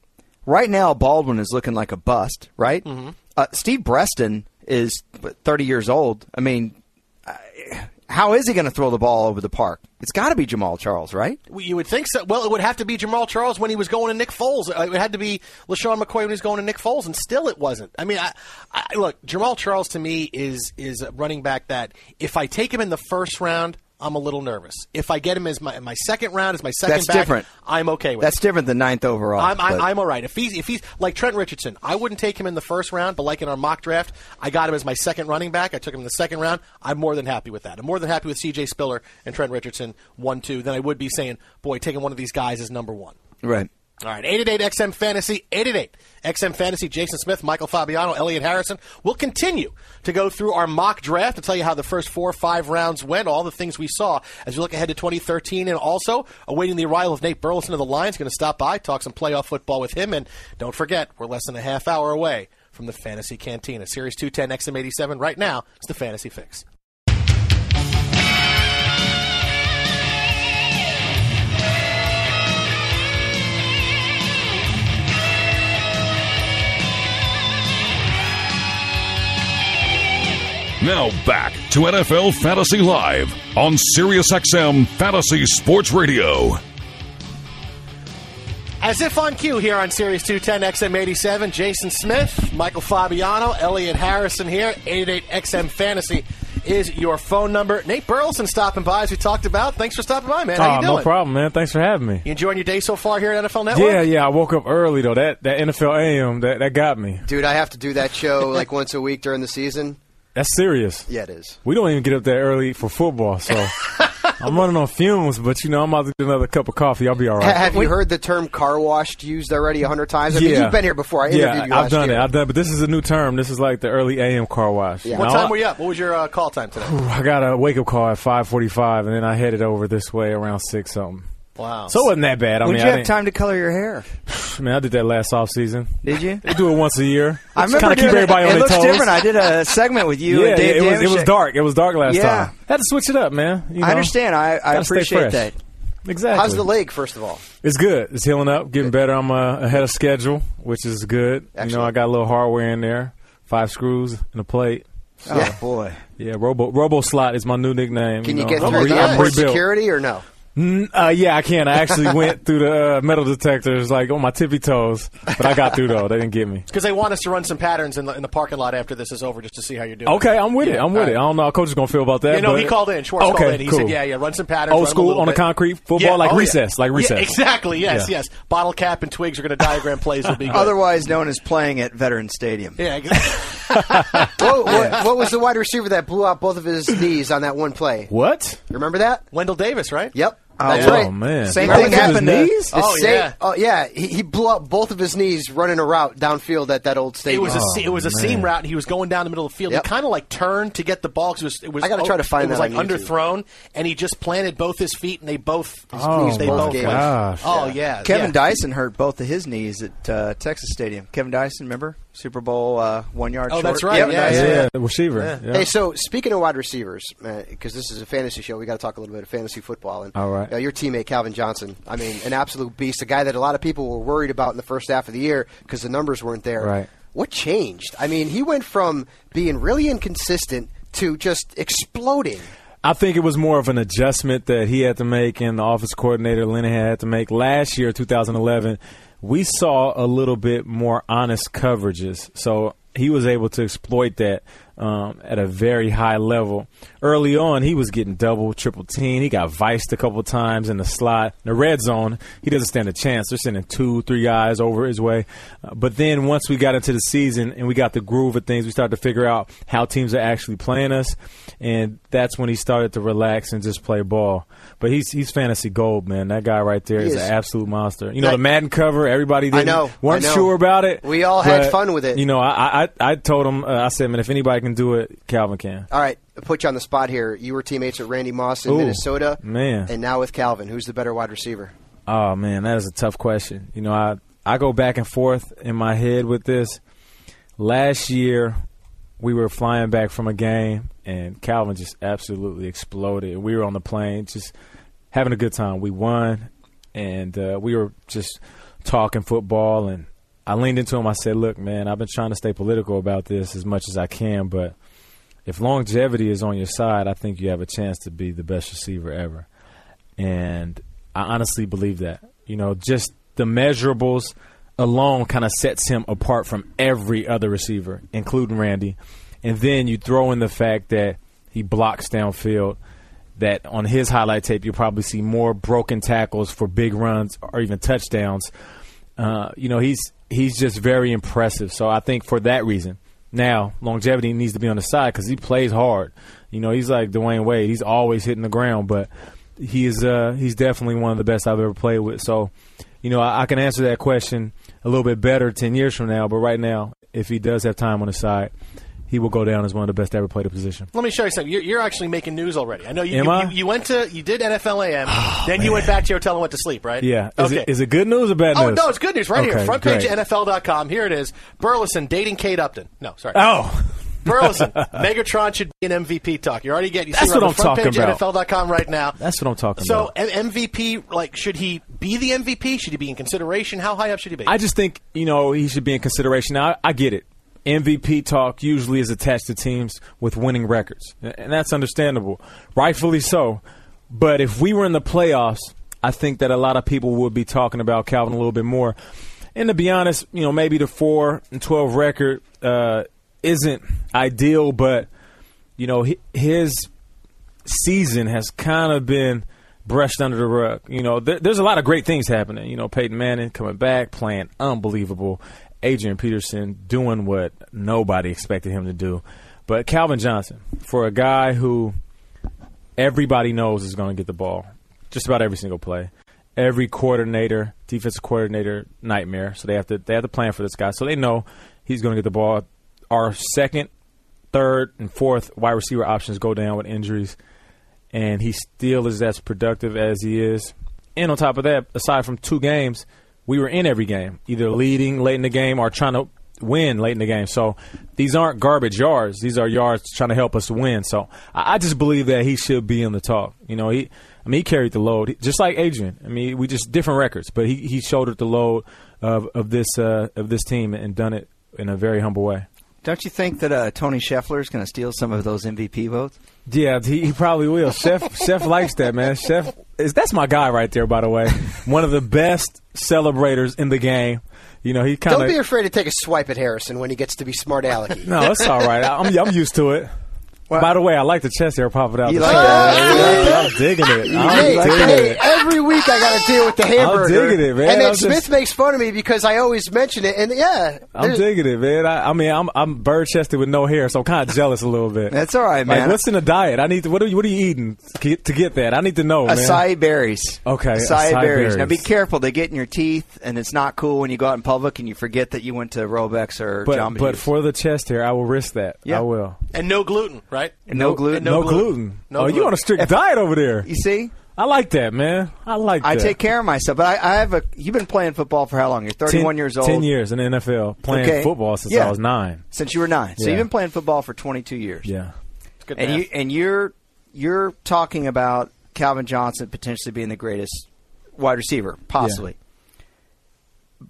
S7: Right now, Baldwin is looking like a bust, right? Mm-hmm. Uh, Steve Breston is what, 30 years old. I mean, I- how is he going to throw the ball over the park? It's got to be Jamal Charles, right?
S5: Well, You would think so. Well, it would have to be Jamal Charles when he was going to Nick Foles. Uh, It had to be LaShawn McCoy when he was going to Nick Foles, and still it wasn't. I mean, I, I, look, Jamal Charles to me is is a running back that if I take him in the first round, I'm a little nervous. If I get him as my my second round as my second
S7: That's
S5: back,
S7: different.
S5: I'm okay with
S7: That's
S5: it.
S7: different than ninth overall.
S5: I'm, I'm,
S7: but-
S5: I'm all right. If he's if he's like Trent Richardson, I wouldn't take him in the first round, but like in our mock draft, I got him as my second running back. I took him in the second round. I'm more than happy with that. I'm more than happy with C.J. Spiller and Trent Richardson one two than I would be saying, boy, taking one of these guys is number one.
S7: right.
S5: All right, 888 XM Fantasy, 888 XM Fantasy, Jason Smith, Michael Fabiano, Elliot Harrison. We'll continue to go through our mock draft to tell you how the first four or five rounds went, all the things we saw as we look ahead to 2013, and also awaiting the arrival of Nate Burleson of the Lions. Going to stop by, talk some playoff football with him, and don't forget, we're less than a half hour away from the Fantasy Cantina. Series 210 XM 87 right now is the Fantasy Fix.
S2: Now back to NFL Fantasy Live on SiriusXM Fantasy Sports Radio.
S5: As if on cue here on Series 210 XM87, Jason Smith, Michael Fabiano, Elliot Harrison here. 88XM Fantasy is your phone number. Nate Burleson stopping by, as we talked about. Thanks for stopping by, man. How
S10: Oh,
S5: you doing?
S10: no problem, man. Thanks for having me.
S5: You enjoying your day so far here at NFL Network?
S10: Yeah, yeah. I woke up early though. That that NFL AM that that got me.
S8: Dude, I have to do that show like once a week during the season.
S10: That's serious.
S8: Yeah, it is.
S10: We don't even get up that early for football, so I'm running on fumes. But you know, I'm about to get another cup of coffee. I'll be all
S8: Ha-
S10: right.
S8: have you heard the term car washed used already a hundred times? I mean, you've been here before. I interviewed
S10: yeah,
S8: you last
S10: I've done
S8: year.
S10: it. I've done, but this is a new term. This is like the early AM car wash.
S5: What
S10: Now,
S5: time
S10: I-
S5: were you up? What was your uh, call time today?
S10: I got a wake up call at 5:45, and then I headed over this way around six something.
S5: Wow.
S10: So it wasn't that bad. I
S7: Would
S10: mean,
S7: you
S10: I
S7: have
S10: didn't-
S7: time to color your hair?
S10: I mean, I did that last off season.
S7: Did you?
S10: They do it once a year.
S7: I
S10: Just kinda
S7: remember
S10: keep
S7: doing it.
S10: everybody
S7: It
S10: on their
S7: looks
S10: toes.
S7: different. I did a segment with you
S10: Yeah,
S7: and Dave
S10: yeah, it was, it was
S7: Damashek.
S10: dark. It was dark last
S7: Yeah.
S10: time. Had to switch it up, man. You
S7: I
S10: know?
S7: understand. I, I
S10: Gotta stay
S7: appreciate
S10: fresh.
S7: that.
S10: Exactly.
S8: How's the leg, first of all?
S10: It's good. It's healing up, getting better. I'm uh, ahead of schedule, which is good. You know, I got a little hardware in there, five screws and a plate.
S7: Oh, Yeah. boy. Oh,
S10: Yeah, Robo Robo Slot is my new nickname.
S8: Can
S10: you, know.
S8: you get
S10: I'm
S8: through
S10: re-
S8: the
S10: I'm
S8: airport
S10: rebuilt.
S8: security or no?
S10: Mm, uh, yeah, I can. I actually went through the uh, metal detectors, like on my tippy toes, but I got through though. They didn't get me.
S5: Because they want us to run some patterns in the, in the parking lot after this is over just to see how you're doing.
S10: Okay, I'm with it. I'm with it. I don't know how coach is gonna feel about that.
S5: You know,
S10: but-
S5: he called in. Schwartz
S10: okay,
S5: called in. He
S10: cool.
S5: said, yeah, yeah, run some patterns.
S10: Old
S5: run 'em a
S10: school
S5: little
S10: on the
S5: bit."
S10: concrete football,
S5: Yeah,
S10: like
S5: oh, yeah.
S10: recess, like
S5: Yeah,
S10: recess.
S5: exactly, yes,
S10: Yeah.
S5: yes. Bottle cap and twigs are going to diagram plays. Will be good.
S7: Otherwise known as playing at Veteran Stadium.
S5: Yeah, exactly.
S8: What, what, what was the wide receiver that blew out both of his knees on that one play?
S10: What?
S8: Remember that?
S5: Wendell Davis, right?
S8: Yep.
S5: Oh,
S8: That's
S5: yeah.
S8: right.
S5: Oh, man.
S8: Same
S5: Remember
S8: thing
S5: his
S8: happened. to-
S5: knees?
S8: the
S5: Oh,
S8: same-
S5: yeah.
S8: Oh, yeah. He, he blew out both of his knees running a route downfield at that old
S5: It
S8: stadium.
S5: was a se- it was a seam route, and he was going down the middle of the field.
S8: Oh, Yep.
S5: He kind of like turned to get the ball 'cause it was it was.
S8: I gotta try to find
S5: it was
S8: that
S5: like
S8: on YouTube.
S5: underthrown, and he just planted both his feet, and they both his
S7: Oh,
S5: knees, they
S7: my
S5: both went.
S7: gosh.
S5: Oh yeah,
S7: Kevin
S5: yeah.
S7: Dyson hurt both of his knees at uh, Texas Stadium. Kevin Dyson, remember Super Bowl uh, one yard.
S8: Oh,
S7: short.
S8: that's right.
S7: Kevin
S8: Yeah,
S7: Dyson.
S8: yeah, yeah.
S10: The receiver. Yeah.
S8: Hey, so speaking of wide receivers, because this is a fantasy show, we got to talk a little bit of fantasy football. And
S10: All right.
S8: uh, your teammate Calvin Johnson, I mean, an absolute beast, a guy that a lot of people were worried about in the first half of the year because the numbers weren't there.
S10: Right.
S8: What changed? I mean, he went from being really inconsistent to just exploding.
S10: I think it was more of an adjustment that he had to make and the office coordinator Linehan had to make last year, 2011. We saw a little bit more honest coverages, so he was able to exploit that um, at a very high level. Early on, he was getting double, triple team. He got viced a couple times in the slot, in the red zone. He doesn't stand a chance. They're sending two, three guys over his way. Uh, but then once we got into the season and we got the groove of things, we started to figure out how teams are actually playing us, and that's when he started to relax and just play ball. But he's he's fantasy gold, man. That guy right there
S8: He
S10: is,
S8: is.
S10: an absolute monster. You know
S8: Like-
S10: the Madden cover, everybody didn't,
S8: I know,
S10: weren't
S8: I know.
S10: sure about it.
S8: We all had
S10: but,
S8: fun with it.
S10: You know, I I, I told him, uh, I said, man, if anybody can do it, Calvin can.
S8: All right, I'll put you on the spot here. You were teammates with Randy Moss in
S10: Ooh,
S8: Minnesota,
S10: man.
S8: Uh, and now with Calvin. Who's the better wide receiver?
S10: Oh man, that is a tough question. You know, I I go back and forth in my head with this. Last year, we were flying back from a game, and Calvin just absolutely exploded. We were on the plane, just having a good time. We won, and uh, we were just talking football. And I leaned into him. I said, "Look, man, I've been trying to stay political about this as much as I can, but." if longevity is on your side, I think you have a chance to be the best receiver ever. And I honestly believe that. You know, just the measurables alone kind of sets him apart from every other receiver, including Randy. And then you throw in the fact that he blocks downfield. That on his highlight tape, you'll probably see more broken tackles for big runs or even touchdowns. Uh, you know, he's he's just very impressive. So I think for that reason, now, longevity needs to be on the side because he plays hard. You know, he's like Dwayne Wade. He's always hitting the ground, but he is uh, he's definitely one of the best I've ever played with. So, you know, I, I can answer that question a little bit better ten years from now. But right now, if he does have time on his side, he will go down as one of the best to ever played the position.
S5: Let me show you something. You're, you're actually making news already. I know you.
S10: Am
S5: you,
S10: I? Oh,
S5: you, you went to you did NFL AM, then you went back to your hotel and went to sleep, right?
S10: Yeah. Is,
S5: Okay.
S10: it, is it good news or bad
S5: oh
S10: news?
S5: no, it's good news right
S10: Okay,
S5: here. Front page
S10: great.
S5: of NFL.com. Here it is. Burleson dating Kate Upton. No, sorry.
S10: Oh.
S5: Burleson, Megatron should be an MVP talk. You're already getting. You see
S10: That's
S5: it on
S10: what
S5: the
S10: I'm
S5: front
S10: talking
S5: page
S10: about.
S5: of NFL.com right now.
S10: That's what I'm talking
S5: So
S10: about.
S5: M- MVP, like, should he be the MVP? Should he be in consideration? How high up should he be?
S10: I just think you know he should be in consideration. Now I, I get it. MVP talk usually is attached to teams with winning records, and that's understandable, rightfully so. But if we were in the playoffs, I think that a lot of people would be talking about Calvin a little bit more. And to be honest, you know, maybe the four and twelve record uh, isn't ideal, but you know, hi- his season has kind of been brushed under the rug. You know, there, there's a lot of great things happening. You know, Peyton Manning coming back, playing unbelievable. Adrian Peterson doing what nobody expected him to do. But Calvin Johnson, for a guy who everybody knows is going to get the ball just about every single play. Every coordinator, defensive coordinator, nightmare. So they have to they have to plan for this guy. So they know he's going to get the ball. Our second, third, and fourth wide receiver options go down with injuries, and he still is as productive as he is. And on top of that, aside from two games, we were in every game, either leading late in the game or trying to win late in the game. So these aren't garbage yards. These are yards trying to help us win. So I I just believe that he should be in the talk. You know, he I mean he carried the load He- just like Adrian. I mean we just different records, but he, he shouldered the load of of this uh, of this team and done it in a very humble way.
S7: Don't you think that uh, Tony Scheffler is going to steal some of those MVP votes?
S10: Yeah, he, he probably will. Chef Chef likes that man. Chef is that's my guy right there. By the way, one of the best celebrators in the game. You know he kind
S8: Don't be
S10: of
S8: afraid to take a swipe at Harrison when he gets to be smart alecky.
S10: no, it's all right. I- I'm I'm used to it. By the way, I like the chest hair popping out.
S8: You
S10: the
S8: like
S10: shirt.
S8: that?
S10: I'm digging it. I'm
S8: Hey,
S10: digging
S8: hey,
S10: it.
S8: every week I got to deal with the hamburger.
S10: digging it, man.
S8: And then
S10: I'm
S8: Smith
S10: just-
S8: makes fun of me because I always mention it. And yeah,
S10: I'm
S8: there's-
S10: digging it, man. I, I mean, I'm I'm bird chested with no hair, so I'm kind of jealous a little bit.
S7: That's all right,
S10: Like,
S7: man.
S10: what's in the diet? I need to, what are you what are you eating to get, to get that? I need to know, man.
S7: Acai berries.
S10: Okay,
S7: Acai,
S10: acai
S7: berries. Now be
S10: berries.
S7: careful; they get in your teeth, and it's not cool when you go out in public and you forget that you went to Robex or
S10: But
S7: Jamba
S10: but
S7: Juice.
S10: for the chest hair, I will risk that. I will.
S5: And no gluten, right?
S7: And no gluten.
S5: and
S10: No, gluten.
S5: No
S10: oh, you
S5: gluten.
S10: on a strict diet over there?
S7: You see?
S10: I like that, man. I like.
S7: I
S10: that.
S7: take care of myself, but I, I have a. You've been playing football for how long? You're 31
S10: Ten-
S7: years old.
S10: Ten years in the NFL, playing
S7: Okay.
S10: football since
S7: Yeah.
S10: I was nine.
S7: Since you were nine, so
S10: Yeah.
S7: you've been playing football for 22 years.
S10: Yeah.
S5: Good
S7: and
S5: math.
S7: you and you're you're talking about Calvin Johnson potentially being the greatest wide receiver, possibly.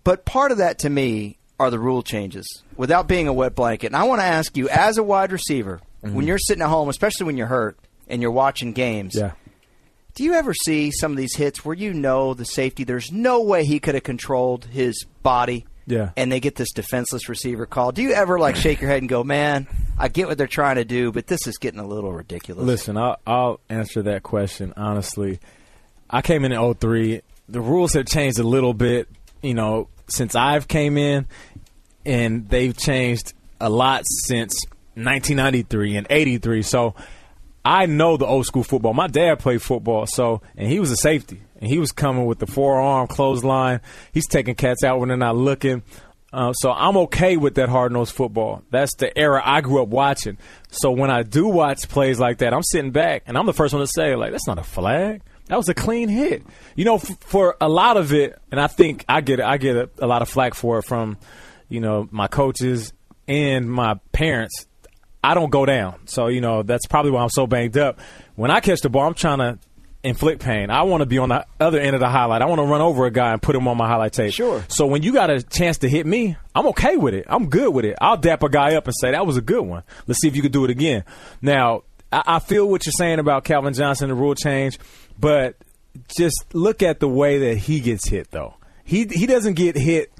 S7: But part of that to me are the rule changes without being a wet blanket. And I want to ask you, as a wide receiver,
S10: Mm-hmm.
S7: when you're sitting at home, especially when you're hurt and you're watching games,
S10: Yeah.
S7: do you ever see some of these hits where you know the safety, there's no way he could have controlled his body?
S10: Yeah.
S7: And they get this defenseless receiver call. Do you ever like shake your head and go, man, I get what they're trying to do, but this is getting a little ridiculous?
S10: Listen, I'll, I'll answer that question honestly. I came in in 03. The rules have changed a little bit, you know, since I've came in, and they've changed a lot since 1993 and 83. So I know the old school football. My dad played football, so and he was a safety, and he was coming with the forearm clothesline. He's taking cats out when they're not looking. Uh, so I'm okay with that hard nosed football. That's the era I grew up watching. So when I do watch plays like that, I'm sitting back and I'm the first one to say, like, that's not a flag. That was a clean hit. You know, f- for a lot of it, and I think I get I get a, a lot of flack for it from, you know, my coaches and my parents. I don't go down. So, you know, that's probably why I'm so banged up. When I catch the ball, I'm trying to inflict pain. I want to be on the other end of the highlight. I want to run over a guy and put him on my highlight tape. Sure. So when you got a chance to hit me, I'm okay with it. I'm good with it. I'll dap a guy up and say, that was a good one. Let's see if you can do it again. Now, I, I feel what you're saying about Calvin Johnson, the rule change, but just look at the way that he gets hit, though. He, he doesn't get hit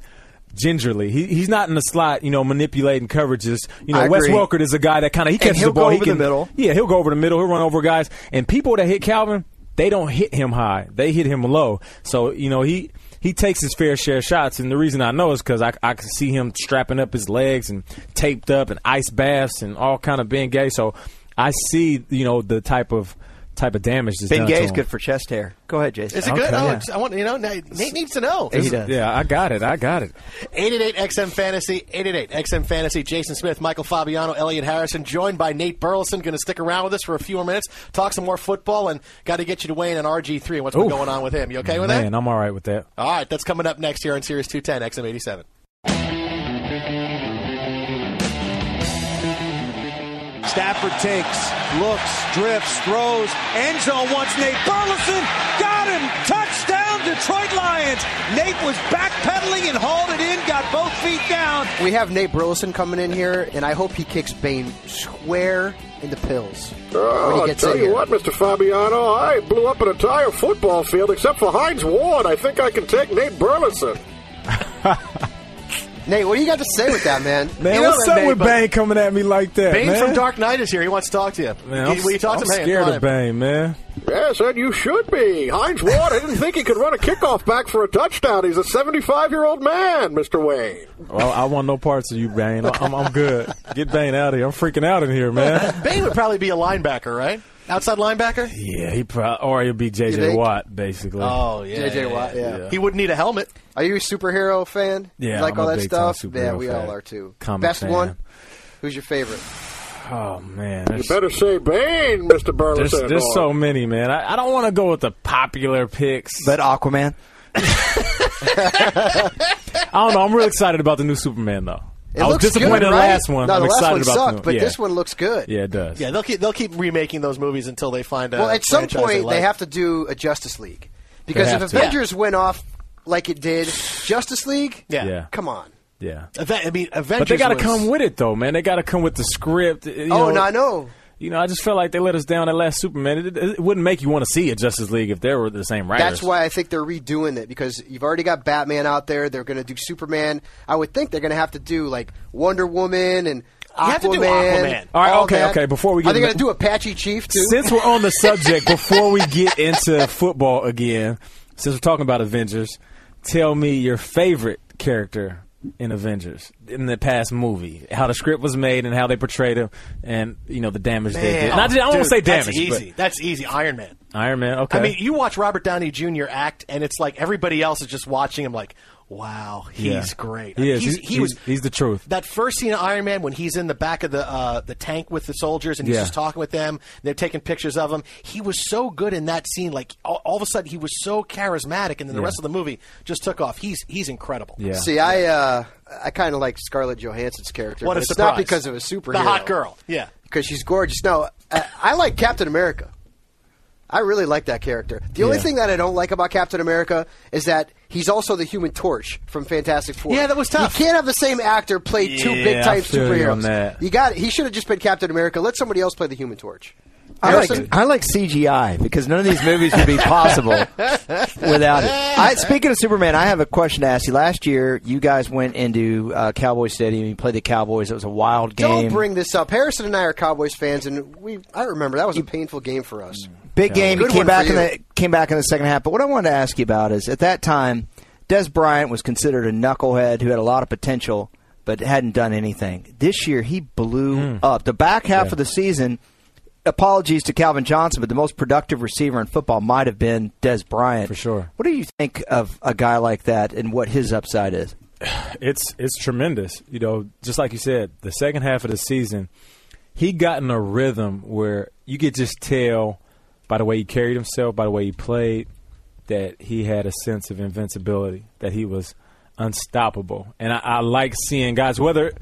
S10: gingerly. He, he's not in the slot, you know, manipulating coverages. You know,
S7: I
S10: Wes
S7: agree.
S10: Welker is a guy that kind of he
S7: And
S10: catches
S7: he'll
S10: the ball.
S7: go
S10: he
S7: over the middle.
S10: Yeah, he'll go over the middle. He'll run over guys. And people that hit Calvin, they don't hit him high. They hit him low. So you know he. He takes his fair share of shots, and the reason I know is because I, I can see him strapping up his legs and taped up and ice baths and all kind of Ben Gay. So I see, you know, the type of type of damage. that's
S7: ben
S10: done to
S7: Gay's
S10: him.
S7: good for chest hair. Go ahead, Jason.
S5: Is it good? Oh, it's- I want you know. Nate Nate needs to know.
S10: Yeah, I got it. I got it.
S5: 888 XM Fantasy, 888 XM Fantasy. Jason Smith, Michael Fabiano, Elliot Harrison, joined by Nate Burleson. Going to stick around with us for a few more minutes, talk some more football, and got to get you to weigh in on RG3 and what's been
S10: Oof.
S5: going on with him. You okay with
S10: Man,
S5: that?
S10: I'm all right with that.
S5: All right, that's coming up next here on Series 210, XM 87.
S11: Stafford takes, looks, drifts, throws, end zone once. Nate Burleson got him. Touchdown, Detroit Lions. Nate was backpedaling and hauled it in, got both feet down.
S8: We have Nate Burleson coming in here, and I hope he kicks Bane square in the pills when
S3: Oh,
S8: he
S3: I
S8: gets
S3: tell
S8: in
S3: you
S8: here.
S3: what, Mr. Fabiano, I blew up an entire football field except for Heinz Ward. I think I can take Nate Burleson.
S8: Nate, what do you got to say with that, man?
S10: Man,
S8: You know
S10: what's
S8: that,
S10: up
S8: Nate,
S10: with
S8: but-
S10: Bane coming at me like that,
S5: Bane
S10: man?
S5: from Dark Knight is here. He wants to talk to you.
S10: Man,
S5: Will
S10: I'm,
S5: you- will you talk
S10: I'm
S5: to him? Hey,
S10: scared
S5: come on
S10: of
S5: in.
S10: Bane, man.
S3: Yes, and you should be. Heinz Ward, I didn't think he could run a kickoff back for a touchdown. He's a 75 year old man, Mr. Wayne.
S10: Well, I want no parts of you, Bane. I- I'm, I'm good. Get Bane out of here. I'm freaking out in here, man.
S5: Bane would probably be a linebacker, right? Outside linebacker?
S10: Yeah, he probably or he'll be
S5: You
S10: JJ
S5: think?
S10: Watt, basically.
S5: Oh, yeah.
S8: JJ Watt, yeah.
S5: He wouldn't need a helmet.
S8: Are you a superhero fan?
S10: Yeah,
S8: You like
S10: I'm
S8: all
S10: a
S8: that
S10: big time
S8: stuff?
S10: superhero
S8: Yeah, we
S10: fan.
S8: all are too.
S10: Comic
S8: Best
S10: fan.
S8: one? Who's your favorite?
S10: Oh man,
S3: You
S10: there's,
S3: better say Bane, Mr.
S10: there's,
S3: Burleson.
S10: there's
S3: or-
S10: so many, man. I, I don't want to go with the popular picks.
S7: But Aquaman.
S10: I don't know. I'm real excited about the new Superman though.
S8: It
S10: I was
S8: looks
S10: disappointed
S8: good,
S10: in the
S8: right?
S10: last one.
S8: No,
S10: I'm
S8: the last
S10: excited
S8: one
S10: about the
S8: sucked,
S10: new-
S8: but
S10: yeah.
S8: this one looks good.
S10: Yeah, it does.
S5: Yeah, they'll keep they'll keep remaking those movies until they find a
S8: Well, at some
S5: franchise they
S8: point
S5: like.
S8: they have to do a Justice League because
S10: They
S8: if
S10: have to.
S8: Avengers went off like it did, Justice League.
S5: Yeah.
S10: Yeah.
S8: Come on.
S10: Yeah.
S5: Ave- I mean, Avengers.
S10: But they got to
S5: was-
S10: come with it though, man. They got to come with the script. you
S8: oh
S10: know.
S8: no, I know.
S10: You know, I just felt like they let us down that last Superman. It, it wouldn't make you want to see a Justice League if they were the same writers.
S8: That's why I think they're redoing it because you've already got Batman out there. They're going to do Superman. I would think they're going to have to do like Wonder Woman and Aquaman.
S5: You have to do Aquaman.
S10: All right, okay,
S8: that.
S10: okay, before we get
S8: are they
S10: into-
S8: going to do Apache Chief too?
S10: Since we're on the subject, before we get into football again, since we're talking about Avengers, tell me your favorite character in Avengers in the past movie, how the script was made and how they portrayed him, and you know the damage they did.
S5: Man,
S10: Not, I don't want
S5: dude,
S10: to say damage.
S5: That's easy. That's easy. Iron Man.
S10: but Iron Man. Okay.
S5: I mean, you watch Robert Downey Jr. act, and it's like everybody else is just watching him. Like, wow, he's
S10: Yeah.
S5: great.
S10: He is.
S5: He's-
S10: He's-
S5: he was.
S10: he's- he's the truth.
S5: That first scene of Iron Man when he's in the back of the uh, the tank with the soldiers and he's
S10: Yeah.
S5: just talking with them. They're taking pictures of him. He was so good in that scene. Like all, all of a sudden, he was so charismatic, and then the
S10: Yeah.
S5: rest of the movie just took off. He's he's incredible.
S10: yeah.
S8: See, I uh, I kind of like Scarlett Johansson's character.
S5: What
S8: but
S5: a
S8: it's
S5: surprise!
S8: not because of a superhero.
S5: the hot girl. Yeah.
S8: because she's gorgeous. No, I, I like Captain America. I really like that character. The only
S10: Yeah.
S8: thing that I don't like about Captain America is that he's also the Human Torch from Fantastic Four.
S5: Yeah, that was tough.
S8: You can't have the same actor play two
S10: Yeah,
S8: big
S10: I
S8: time
S10: feel you on
S8: superheroes.
S10: that.
S8: You got. He should have just been Captain America. Let somebody else play the Human Torch.
S7: I like,
S8: Harrison?
S7: I like CGI because none of these movies would be possible without it. I, speaking of Superman, I have a question to ask you. Last year, you guys went into uh, Cowboy Stadium. You played the Cowboys. It was a wild game.
S8: Don't bring this up. Harrison and I are Cowboys fans, and we. I remember that was a painful game for us.
S5: Mm.
S7: Big game.
S8: Good
S7: He came
S8: one
S7: back
S8: for
S7: in
S8: you.
S7: the came back in the second half. But what I wanted to ask you about is at that time, Des Bryant was considered a knucklehead who had a lot of potential but hadn't done anything. This year he blew
S10: Hmm.
S7: up. The back half of the season, apologies to Calvin Johnson, but the most productive receiver in football might have been Des Bryant. For
S10: sure.
S7: What do you think of a guy like that and what his upside is?
S10: it's it's tremendous. You know, just like you said, the second half of the season, he got in a rhythm where you could just tell by the way he carried himself, by the way he played, that he had a sense of invincibility, that he was unstoppable. And I, I like seeing guys, whether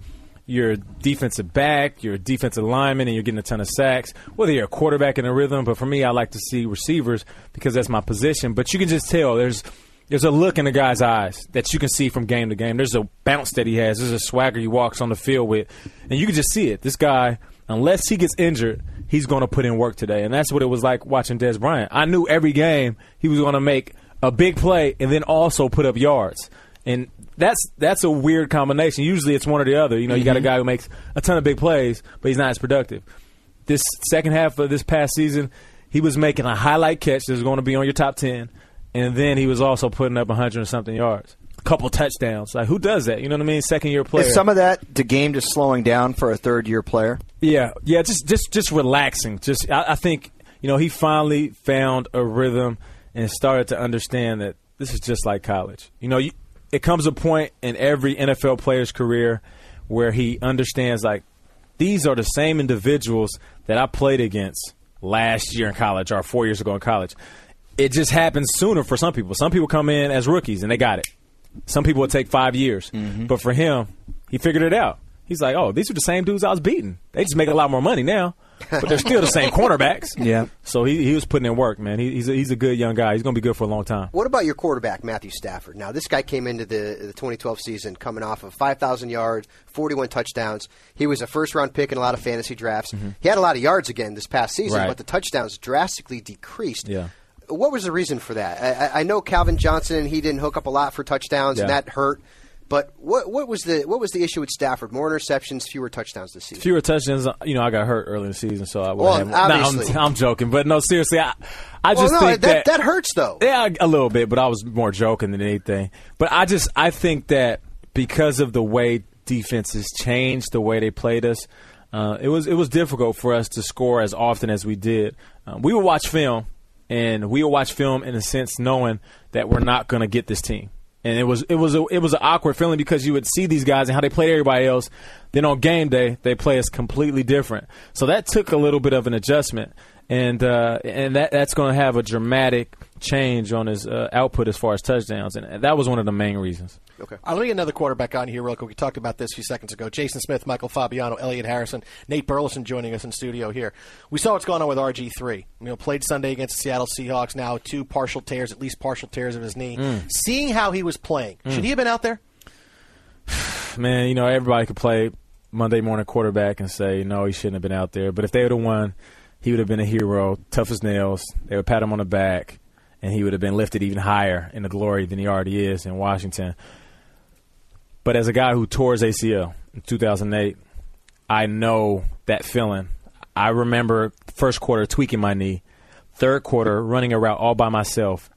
S10: you're a defensive back, you're a defensive lineman, and you're getting a ton of sacks, whether you're a quarterback in a rhythm, but for me, I like to see receivers because that's my position. But you can just tell there's there's a look in the guy's eyes that you can see from game to game. There's a bounce that he has. There's a swagger he walks on the field with, and you can just see it. This guy, unless he gets injured, he's going to put in work today, and that's what it was like watching Des Bryant. I knew every game he was going to make a big play and then also put up yards, and that's that's a weird combination. Usually, it's one or the other. You know, you got a guy who makes a ton of big plays, but he's not as productive this second half of this past season, he was making a highlight catch that's going to be on your top 10. And then he was also putting up 100 and something yards. A couple touchdowns. Like, who does that? You know what I mean? Second year player.
S7: Is some of that the game just slowing down for a third year player?
S10: Yeah, yeah, just just just relaxing. Just I, I think you know he finally found a rhythm and started to understand that this is just like college. You know, you, it comes a point in every NFL player's career where he understands like these are the same individuals that I played against last year in college or four years ago in college. It just happens sooner for some people. Some people come in as rookies and they got it. Some people would take five years, but for him, he figured it out. He's like, oh, these are the same dudes I was beating. They just make a lot more money now. but they're still the same cornerbacks.
S7: Yeah.
S10: So he, he was putting in work, man. He, he's a, he's a good young guy. He's going to be good for a long time.
S8: What about your quarterback, Matthew Stafford? Now, this guy came into the, the 2012 season coming off of 5,000 yards, 41 touchdowns. He was a first round pick in a lot of fantasy drafts.
S10: Mhm.
S8: He had a lot of yards again this past season,
S10: Right.
S8: but the touchdowns drastically decreased.
S10: Yeah.
S8: What was the reason for that? I, I- I know Calvin Johnson and he didn't hook up a lot for touchdowns, and
S10: Yeah.
S8: that hurt. But what, what was the what was the issue with Stafford? More interceptions, fewer touchdowns this season.
S10: Fewer touchdowns. uh, You know, I got hurt early in the season, so I
S8: Well,
S10: wouldn't have. No,
S8: obviously.
S10: I'm, I'm joking, but no, seriously, I, I
S8: Well,
S10: just
S8: no,
S10: think
S8: that- that hurts though.
S10: Yeah, a little bit, but I was more joking than anything. But I just I think that because of the way defenses changed, the way they played us, uh, it was it was difficult for us to score as often as we did. Uh, we would watch film, and we would watch film in a sense knowing that we're not going to get this team. And it was it was a, it was an awkward feeling because you would see these guys and how they played everybody else. Then on game day, they play us completely different. So that took a little bit of an adjustment, and uh, and that that's going to have a dramatic change on his uh, output as far as touchdowns. And that was one of the main reasons.
S5: Okay. All right, let me get another quarterback on here real quick. We talked about this a few seconds ago. Jason Smith, Michael Fabiano, Elliot Harrison, Nate Burleson joining us in studio here. We saw what's going on with RG3. You know, played Sunday against the Seattle Seahawks. Now two partial tears, at least partial tears of his knee.
S10: Mm.
S5: Seeing how he was playing,
S10: Mm.
S5: should he have been out there?
S10: Man, you know everybody could play Monday morning quarterback and say no, he shouldn't have been out there. But if they would have won, he would have been a hero, tough as nails. They would pat him on the back, and he would have been lifted even higher in the glory than he already is in Washington. But as a guy who tore his ACL in 2008, I know that feeling. I remember first quarter tweaking my knee, third quarter running a route all by myself,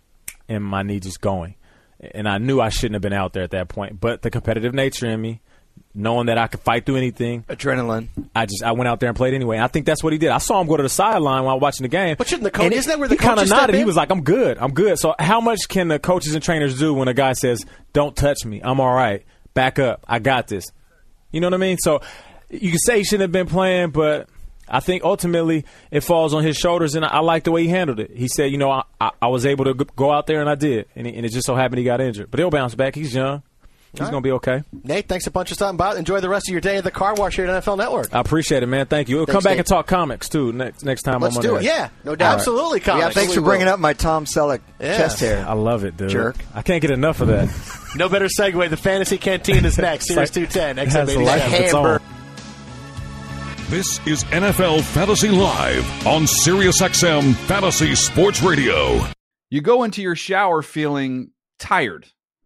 S10: and my knee just going. And I knew I shouldn't have been out there at that point. But the competitive nature in me, knowing that I could fight through anything,
S7: adrenaline.
S10: I just I went out there and played anyway. I think that's what he did. I saw him go to the sideline while watching the game. But
S5: shouldn't the coach- isn't that where the
S10: he kinda
S5: coaches step
S10: nodded? He
S5: in?
S10: was like, "I'm good. I'm good." So how much can the coaches and trainers do when a guy says, "Don't touch me. I'm all right. Back up. I got this." You know what I mean? So you can say he shouldn't have been playing, but I think ultimately it falls on his shoulders, and I, I like the way he handled it. He said, "You know, I, I, I was able to g- go out there and I did, and it, and it just so happened he got injured, but he'll bounce back. He's young. He's
S5: All right.
S10: gonna be okay."
S5: Nate, thanks a bunch for stopping by. Enjoy the rest of your day at the car wash here at NFL Network.
S10: I appreciate it, man. Thank you. We'll
S5: Thanks,
S10: come back
S5: Dave.
S10: and talk comics too next next time
S5: Let's
S10: I'm on
S5: do
S10: there.
S5: it. Yeah, no doubt.
S10: All
S5: Absolutely, Colin.
S7: Yeah, thanks
S5: Absolutely
S7: for bringing
S5: will.
S7: up my Tom Selleck chest hair.
S10: I love it, dude.
S7: Jerk.
S10: I can't get enough of that.
S5: No better segue. The Fantasy Canteen is next. Series
S10: It's like-
S5: 210.
S10: it has a
S5: XM87.
S10: life of its own. Hamburg.
S2: This is NFL Fantasy Live on SiriusXM Fantasy Sports Radio.
S12: You go into your shower feeling tired,